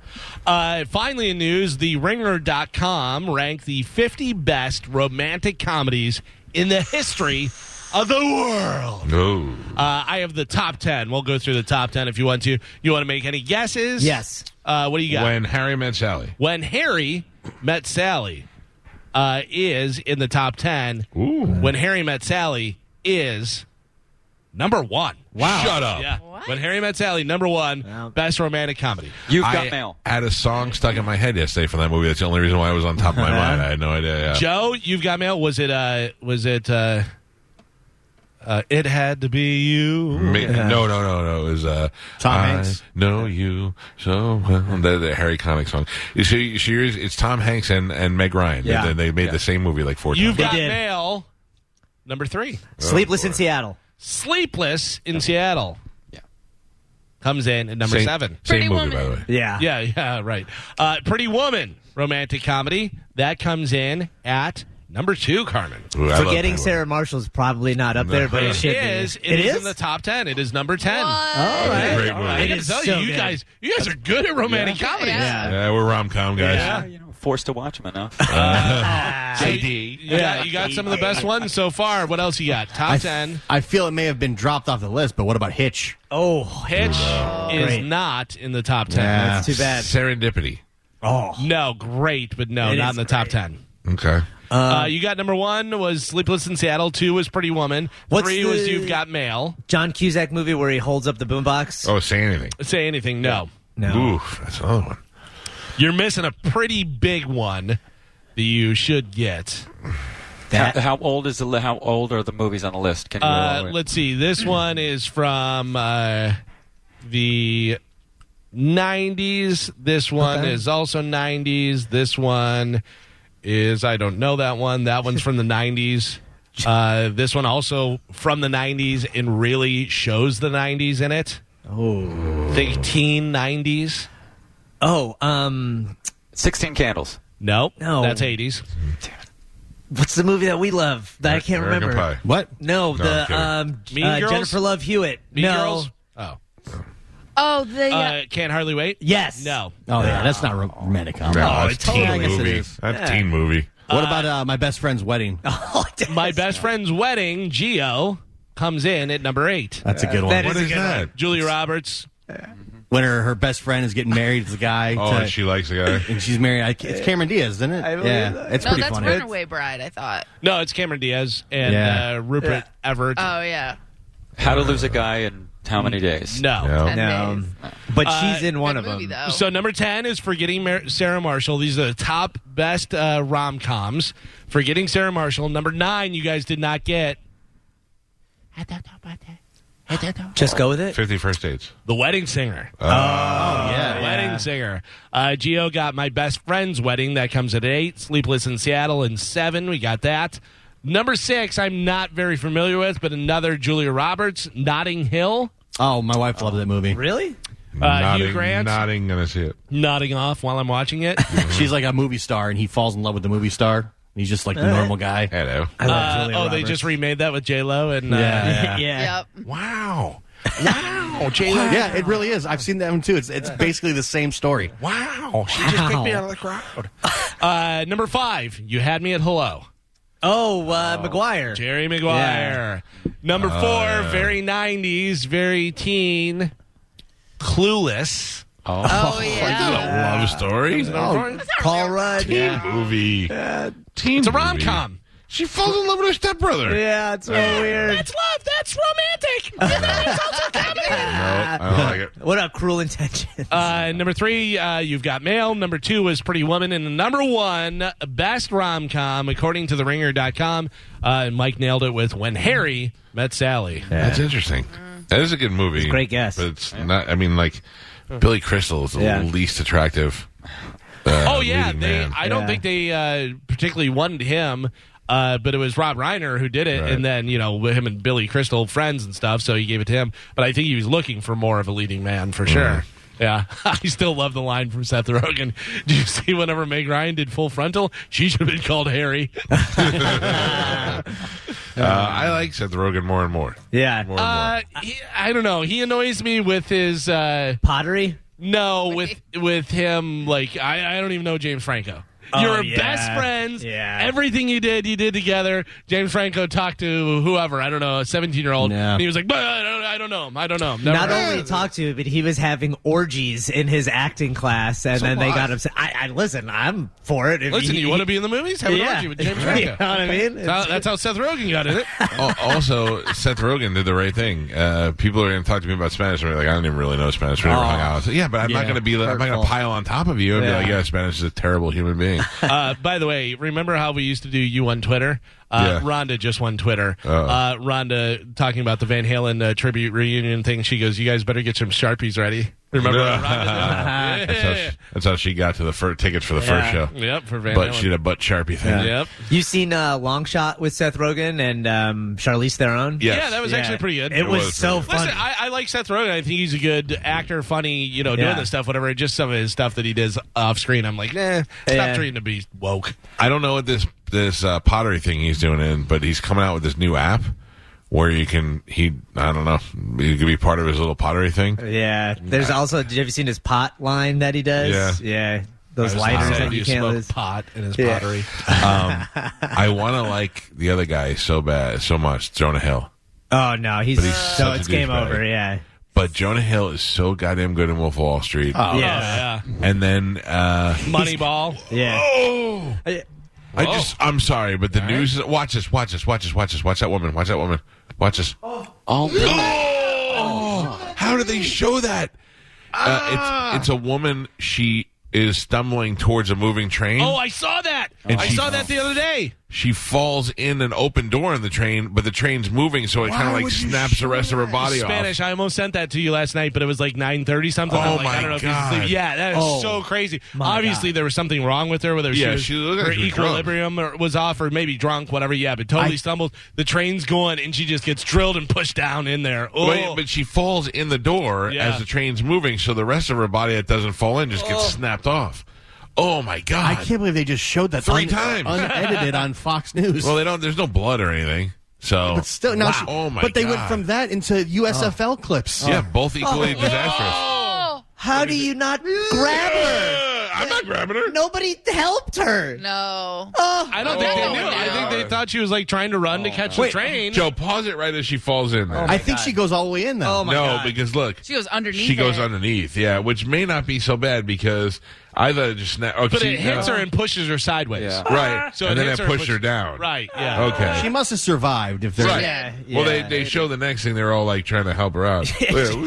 Uh, finally, in news, the ringer.com ranked the 50 best romantic comedies in the history of the world. No, Uh, I have the top 10. We'll go through the top 10 if you want to. You want to make any guesses? Yes. Uh, what do you got? when Harry met Sally. When Harry Met Sally uh, is in the top 10. When Harry Met Sally is number one. Wow. Shut up. Yeah. When Harry Met Sally, number one, best romantic comedy. I Had a song stuck in my head yesterday for that movie. That's the only reason why it was on top of my mind. I had no idea. yeah. Joe, you've got mail. Was it, uh, was it, uh, uh, it had to be you. Ma- No, no, no, no. It was uh, Tom I Hanks. Know you so well. The, the Harry Connick song. You see, she is- it's Tom Hanks and, and Meg Ryan. Yeah. They, they made the same movie like four You've times. got mail. Number three. Sleepless in Seattle. Sleepless in Seattle. Yeah. Comes in at number Same- seven. same Pretty movie, Woman. by the way. Yeah. (laughs) Yeah, yeah, right. Uh, Pretty Woman, romantic comedy. That comes in at number two, Carmen. Forgetting Sarah Marshall is probably not up there, but it should be. is. It is? in the top ten. It is number All ten. right. Great All right. movie. I gotta tell you, you guys, you guys are good at romantic Oh, comedies. Yeah, we're rom com guys. Yeah. You know, forced to watch them enough. Ah. JD. Yeah, you got some of the best ones so far. What else you got? Top I f- ten. I feel it may have been dropped off the list, but what about Hitch? Oh, Hitch is Great. not in the top ten. Yeah. That's too bad. Serendipity. Oh no, great, but no, It not is in the top ten. Okay. Uh, you got number one was Sleepless in Seattle. Two was Pretty Woman. What's Three was the- You've Got Mail. John Cusack movie where he holds up the boombox. Oh, say anything. Say anything? No. No. Oof, that's another one. You're missing a pretty big one that you should get. How, how old is the li- how old are the movies on the list? Can you Uh, let's see. This one is from uh, the 90s. This one Okay. is also 90s. This one is, I don't know that one. That one's from (laughs) the 90s. Uh, this one also from the 90s and really shows the 90s in it. Oh. Think teen 90s. Oh, um, Sixteen Candles. No, No. that's 80s. What's the movie that we love that I can't American remember? Pie. What? No, No, I'm the kidding. um, Mean uh, Girls? Jennifer Love Hewitt. Mean no. Girls? Oh. Oh, the. Uh, can't hardly wait. Yes. (laughs) No. Oh yeah, that's not ro- romantic comedy. No, oh, that's teen movie. That's teen movie. What about uh, my best friend's wedding? Oh, My best friend's wedding, Geo, comes in at number eight. That's a Uh, good one. What is That is a good one. Julie Roberts. When her, her best friend is getting married to the guy. Oh, to- and she Uh, likes the guy. (laughs) and she's married. I, it's Cameron Diaz, isn't it? yeah, it's no, pretty that's funny. Runaway Bride. I thought. No, it's Cameron Diaz and Yeah. uh, Rupert Everett. Oh yeah. How to Lose a Guy in How Many Days? No. Ten No. Um, But Uh, she's in one of them. So number ten is Forgetting Mar- Sarah Marshall. These are the top best uh, rom coms. Forgetting Sarah Marshall. Number nine, you guys did not get. Just go with it. Fifty First Dates. The Wedding Singer. Oh, yeah, Uh, Wedding Singer. Uh, Geo got my best friend's wedding. That comes at eight. Sleepless in Seattle in seven. We got that. Number six, I'm not very familiar with, but another Julia Roberts, Notting Hill. Oh, my wife loved that movie. Really? Uh, Nodding- Hugh Grant Nodding, gonna see it. nodding off while I'm watching it. She's like a movie star, and he falls in love with the movie star. And he's just like the All right. normal guy. Hello. Uh, oh, they just (laughs) remade that with J Lo and uh, Yeah. (laughs) Yep. Oh, Wow. Wow, J Lo. Yeah, it really is. I've seen that one too. It's Uh. it's basically the same story. Oh, Wow, she just picked me out of the crowd. Uh, number five, you had me at hello. Oh, uh, McGuire. Jerry McGuire. Number Oh, four, yeah. very 90s, very teen, clueless. Oh, a yeah. love story. Paul (laughs) Rudd. Teen movie. teen It's a movie. rom com. She falls in love with her stepbrother. Yeah, it's Oh. real weird. That's love. That's romantic. And then it's also comedy. Oh, I don't like it. What about Cruel Intentions? Uh, number three, uh, you've got Mail. Number two is Pretty Woman. And number one, best rom com, according to the ringer.com. Uh, and Mike nailed it with When Harry Met Sally. That's interesting. That is a good movie. a great guess. But it's not. I mean, like Billy Crystal is the Yeah. least attractive. Uh, Oh yeah, leading they. man. I don't think they uh, particularly wanted him, uh, but it was Rob Reiner who did it, Right. and then you know with him and Billy Crystal friends and stuff, so he gave it to him. But I think he was looking for more of a leading man Mm. for sure. Yeah, (laughs) I still love the line from Seth Rogen. (laughs) Do you see whenever Meg Ryan did Full Frontal, she should have been called Harry. Uh, I like Seth Rogen more and more. Yeah. More and Uh, he, I don't know. He annoys me with his uh, pottery. No, with with him, like I, I don't even know James Franco. Oh, You're yeah. best friends. Yeah. Everything you did, you did together. James Franco talked to whoever I don't know, a 17 year old. Yeah. And he was like, but I don't, I don't know him. I don't know him. Never Not heard of only him." talk to, but he was having orgies in his acting class, and So then they what? got upset. I, I listen. I'm for it. If Listen, he- you want to be in the movies? Have (laughs) an Yeah. orgy with (laughs) James You Franco. know what I mean? That's how, that's how Seth Rogen got in it. more. Al- Oh, also, Seth Rogen did the right thing. Uh, people are going to talk to me about Spanish, and they're like, I don't even really know Spanish. We never Oh. hung out. So, yeah, but I'm Yeah. not going to be. Like, I'm not going Hurtful. to pile on top of you and Yeah. be like, yeah, Spanish is a terrible human being. uh, by the way, remember how we used to do you on Twitter? Uh, Yeah. Rhonda just won Twitter. Oh. Uh, Rhonda talking about the Van Halen uh, tribute reunion thing. She goes, "You guys better get some sharpies ready." (laughs) Remember? what (laughs) Rhonda did? that's, how (laughs) she, that's how she got to the fir- tickets for the Yeah. first show. Yep, for Van But Halen. she did a butt sharpie thing. Yeah. You seen uh, Long Shot with Seth Rogen and um, Charlize Theron? Yes. Yeah, that was Yeah. actually pretty good. It, was, so Listen, funny. I, I like Seth Rogen. I think he's a good actor, funny, you know, doing Yeah. this stuff, whatever. Just some of his stuff that he does off screen, I'm like, eh, stop Yeah. treating to be woke. I don't know what this this uh, pottery thing he's doing in, but he's coming out with this new app where you can he I don't know you could be part of his little pottery thing. yeah. There's also. Have you seen his pot line that he does? Yeah. Those I was gonna lighters say, that you you can't smoke lose. pot in his Yeah. pottery. Um, I want to like the other guy so bad, so much, Jonah Hill. Oh no, he's, But he's so such a it's game douchebag. over. Yeah. But Jonah Hill is so goddamn good in Wolf of Wall Street. yeah. Yeah. (laughs) And then uh, Moneyball. Yeah. oh, I- I just I'm sorry, but the news. Is, watch this, watch this, watch this, watch this, watch that woman, watch that woman, watch this. Oh, Oh, how do they show that? Uh, it's it's a woman. She is stumbling towards a moving train. Oh, I saw that. And I she- saw that the other day. she falls in an open door in the train, but the train's moving, so it kind of like snaps the rest of her body Spanish. off. I almost sent that to you last night, but it was like nine thirty something. I'm Oh like, I my don't know If he's God. asleep. yeah, that is Oh, so crazy. my Obviously, there was something wrong with her. Whether she Yeah, was, she looked like her she was drunk. equilibrium or was off, or maybe drunk, whatever. Yeah, but totally I- stumbles. The train's going, and she just gets drilled and pushed down in there. Oh, Wait, but she falls in the door Yeah. as the train's moving, so the rest of her body that doesn't fall in just gets snapped off. Oh my I god! can't believe they just showed that Three un- times. Uh, unedited on Fox News. Well, they don't. There's no blood or anything, so. but still, no. Wow. she- oh my but they went God. Oh. from that into USFL clips. yeah, both equally disastrous. (laughs) Oh How do you not grab her? Uh, I'm not grabbing her. Nobody helped her. no! Oh. I don't think Oh, they knew. I no. think they thought she was like trying to run to catch the train. Oh Joe, pause it right as she falls in. there. I think she goes all the way in though. Oh, my no, God. because look, She goes underneath. she goes it. underneath. Yeah, which may not be so bad because I thought it just snapped. Oh, but see, it hits no. her and pushes her sideways. Yeah. right, So and it then hits it her pushed her push- down. Right. Yeah. Okay. She must have survived if there's right. Yeah, Well, they, yeah. they show the next thing. They're all like trying to help her out.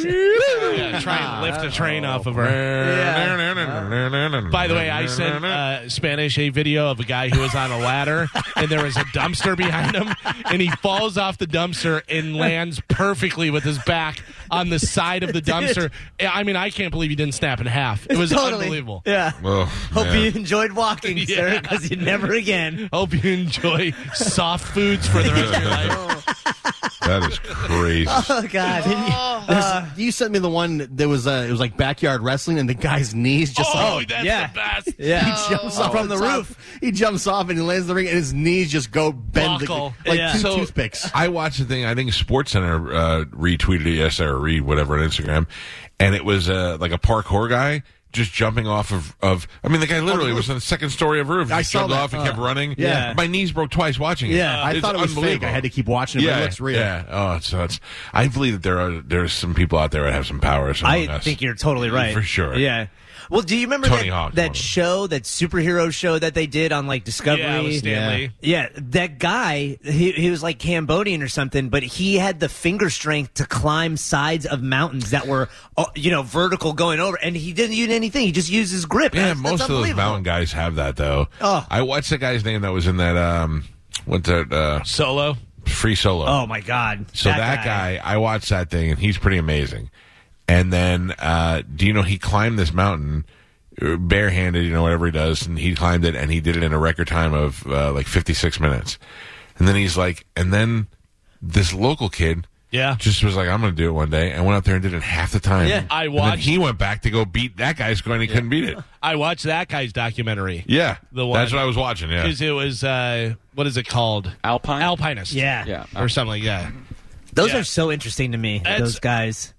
Yeah, try and lift the train Oh off of her. By By the way, I (laughs) sent uh, Spanish a video of a guy who was on a ladder and there was a dumpster behind him and he falls off the dumpster and lands perfectly with his back on the side of the dumpster. I mean, I can't believe he didn't snap in half. It (laughs) was Totally. unbelievable. Yeah. Oh, Hope man. you enjoyed (laughs) walking, sir, because you never again. Hope you enjoy soft foods for the rest of your Oh, life. (laughs) that is crazy. Oh God. (laughs) There's- you sent me the one that was uh, it was like backyard wrestling, and the guy's knees just Oh, like, that's yeah. the best. yeah. (laughs) he jumps Oh. off From the top. roof. He jumps off and he lands in the ring, and his knees just go bend Buckle. the, like Yeah. two So- uh, toothpicks. I watched the thing. I think SportsCenter uh, retweeted it yesterday or read whatever on Instagram, and it was uh, like a parkour guy just jumping off of, of I mean, the guy literally was on the second story of a roof. I Just saw jumped that. off and Uh, kept running. yeah. My knees broke twice watching it. Yeah, I It's thought it was fake. unbelievable. I had to keep watching it, but it looks real. Yeah. Oh, it's, it's, I believe that there are there's some people out there that have some power. Some I think you're totally right. For sure. Yeah. Well, do you remember Tony that, Hawk, that show, that superhero show that they did on like Discovery? Yeah, with Stan Yeah. Lee. Yeah, that guy, he, he was like Cambodian or something, but he had the finger strength to climb sides of mountains that were, uh, you know, vertical going over, and he didn't use anything. He just used his grip. Yeah, That's- that's most of those unbelievable. mountain guys have that though. Oh. I watched the guy's name that was in that um what's that uh Solo? Free Solo. Oh my God! So that, guy. I watched that thing and he's pretty amazing. And then uh do you know he climbed this mountain uh, barehanded, you know whatever he does, and he climbed it and he did it in a record time of uh, like 56 minutes. And then he's like and then this local kid Yeah. just was like, I'm going to do it one day, and went out there and did it half the time. Yeah, I And then watched- he went back to go beat that guy's going. He couldn't beat it. I watched that guy's documentary. Yeah, The one. that's what I was watching. Yeah, Because it was, uh, what is it called? Alpine? Alpinist. Yeah. Yeah. Or something like that. Those Yeah. are so interesting to me. That's- those guys.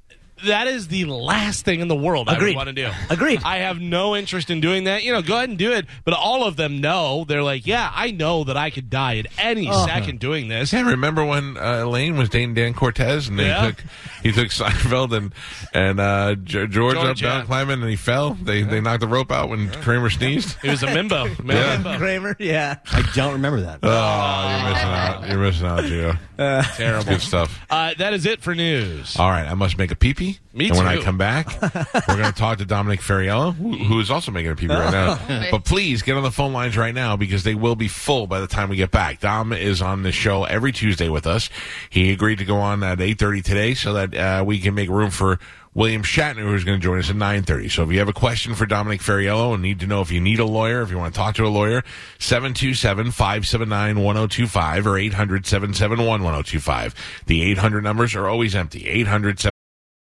That is the last thing in the world I Agreed. would want to do. Agreed. I have no interest in doing that. You know, go ahead and do it. But all of them know. They're like, yeah, I know that I could die at any Uh-huh. second doing this. Yeah, remember when uh, Elaine was dating Dan Cortez, and they Yeah. took he took Seinfeld and and uh, G- George up George, yeah. down climbing, and he fell. They they knocked the rope out when Kramer sneezed. It was a (laughs) mimbo. Yeah. Kramer, yeah. I don't remember that. Oh, you're missing out. You're missing out, Gio. Terrible good stuff. Uh, that is it for news. All right, I must make a pee pee. Me and when I too. come back, we're going to talk to Dominic Ferriello, who, who is also making a pee pee right now. But please get on the phone lines right now because they will be full by the time we get back. Dom is on the show every Tuesday with us. He agreed to go on at eight thirty today so that uh, we can make room for. William Shatner, who's going to join us at 9.30. So if you have a question for Dominic Ferriello and need to know if you need a lawyer, if you want to talk to a lawyer, 727-579-1025 or 800-771-1025. The 800 numbers are always empty. 800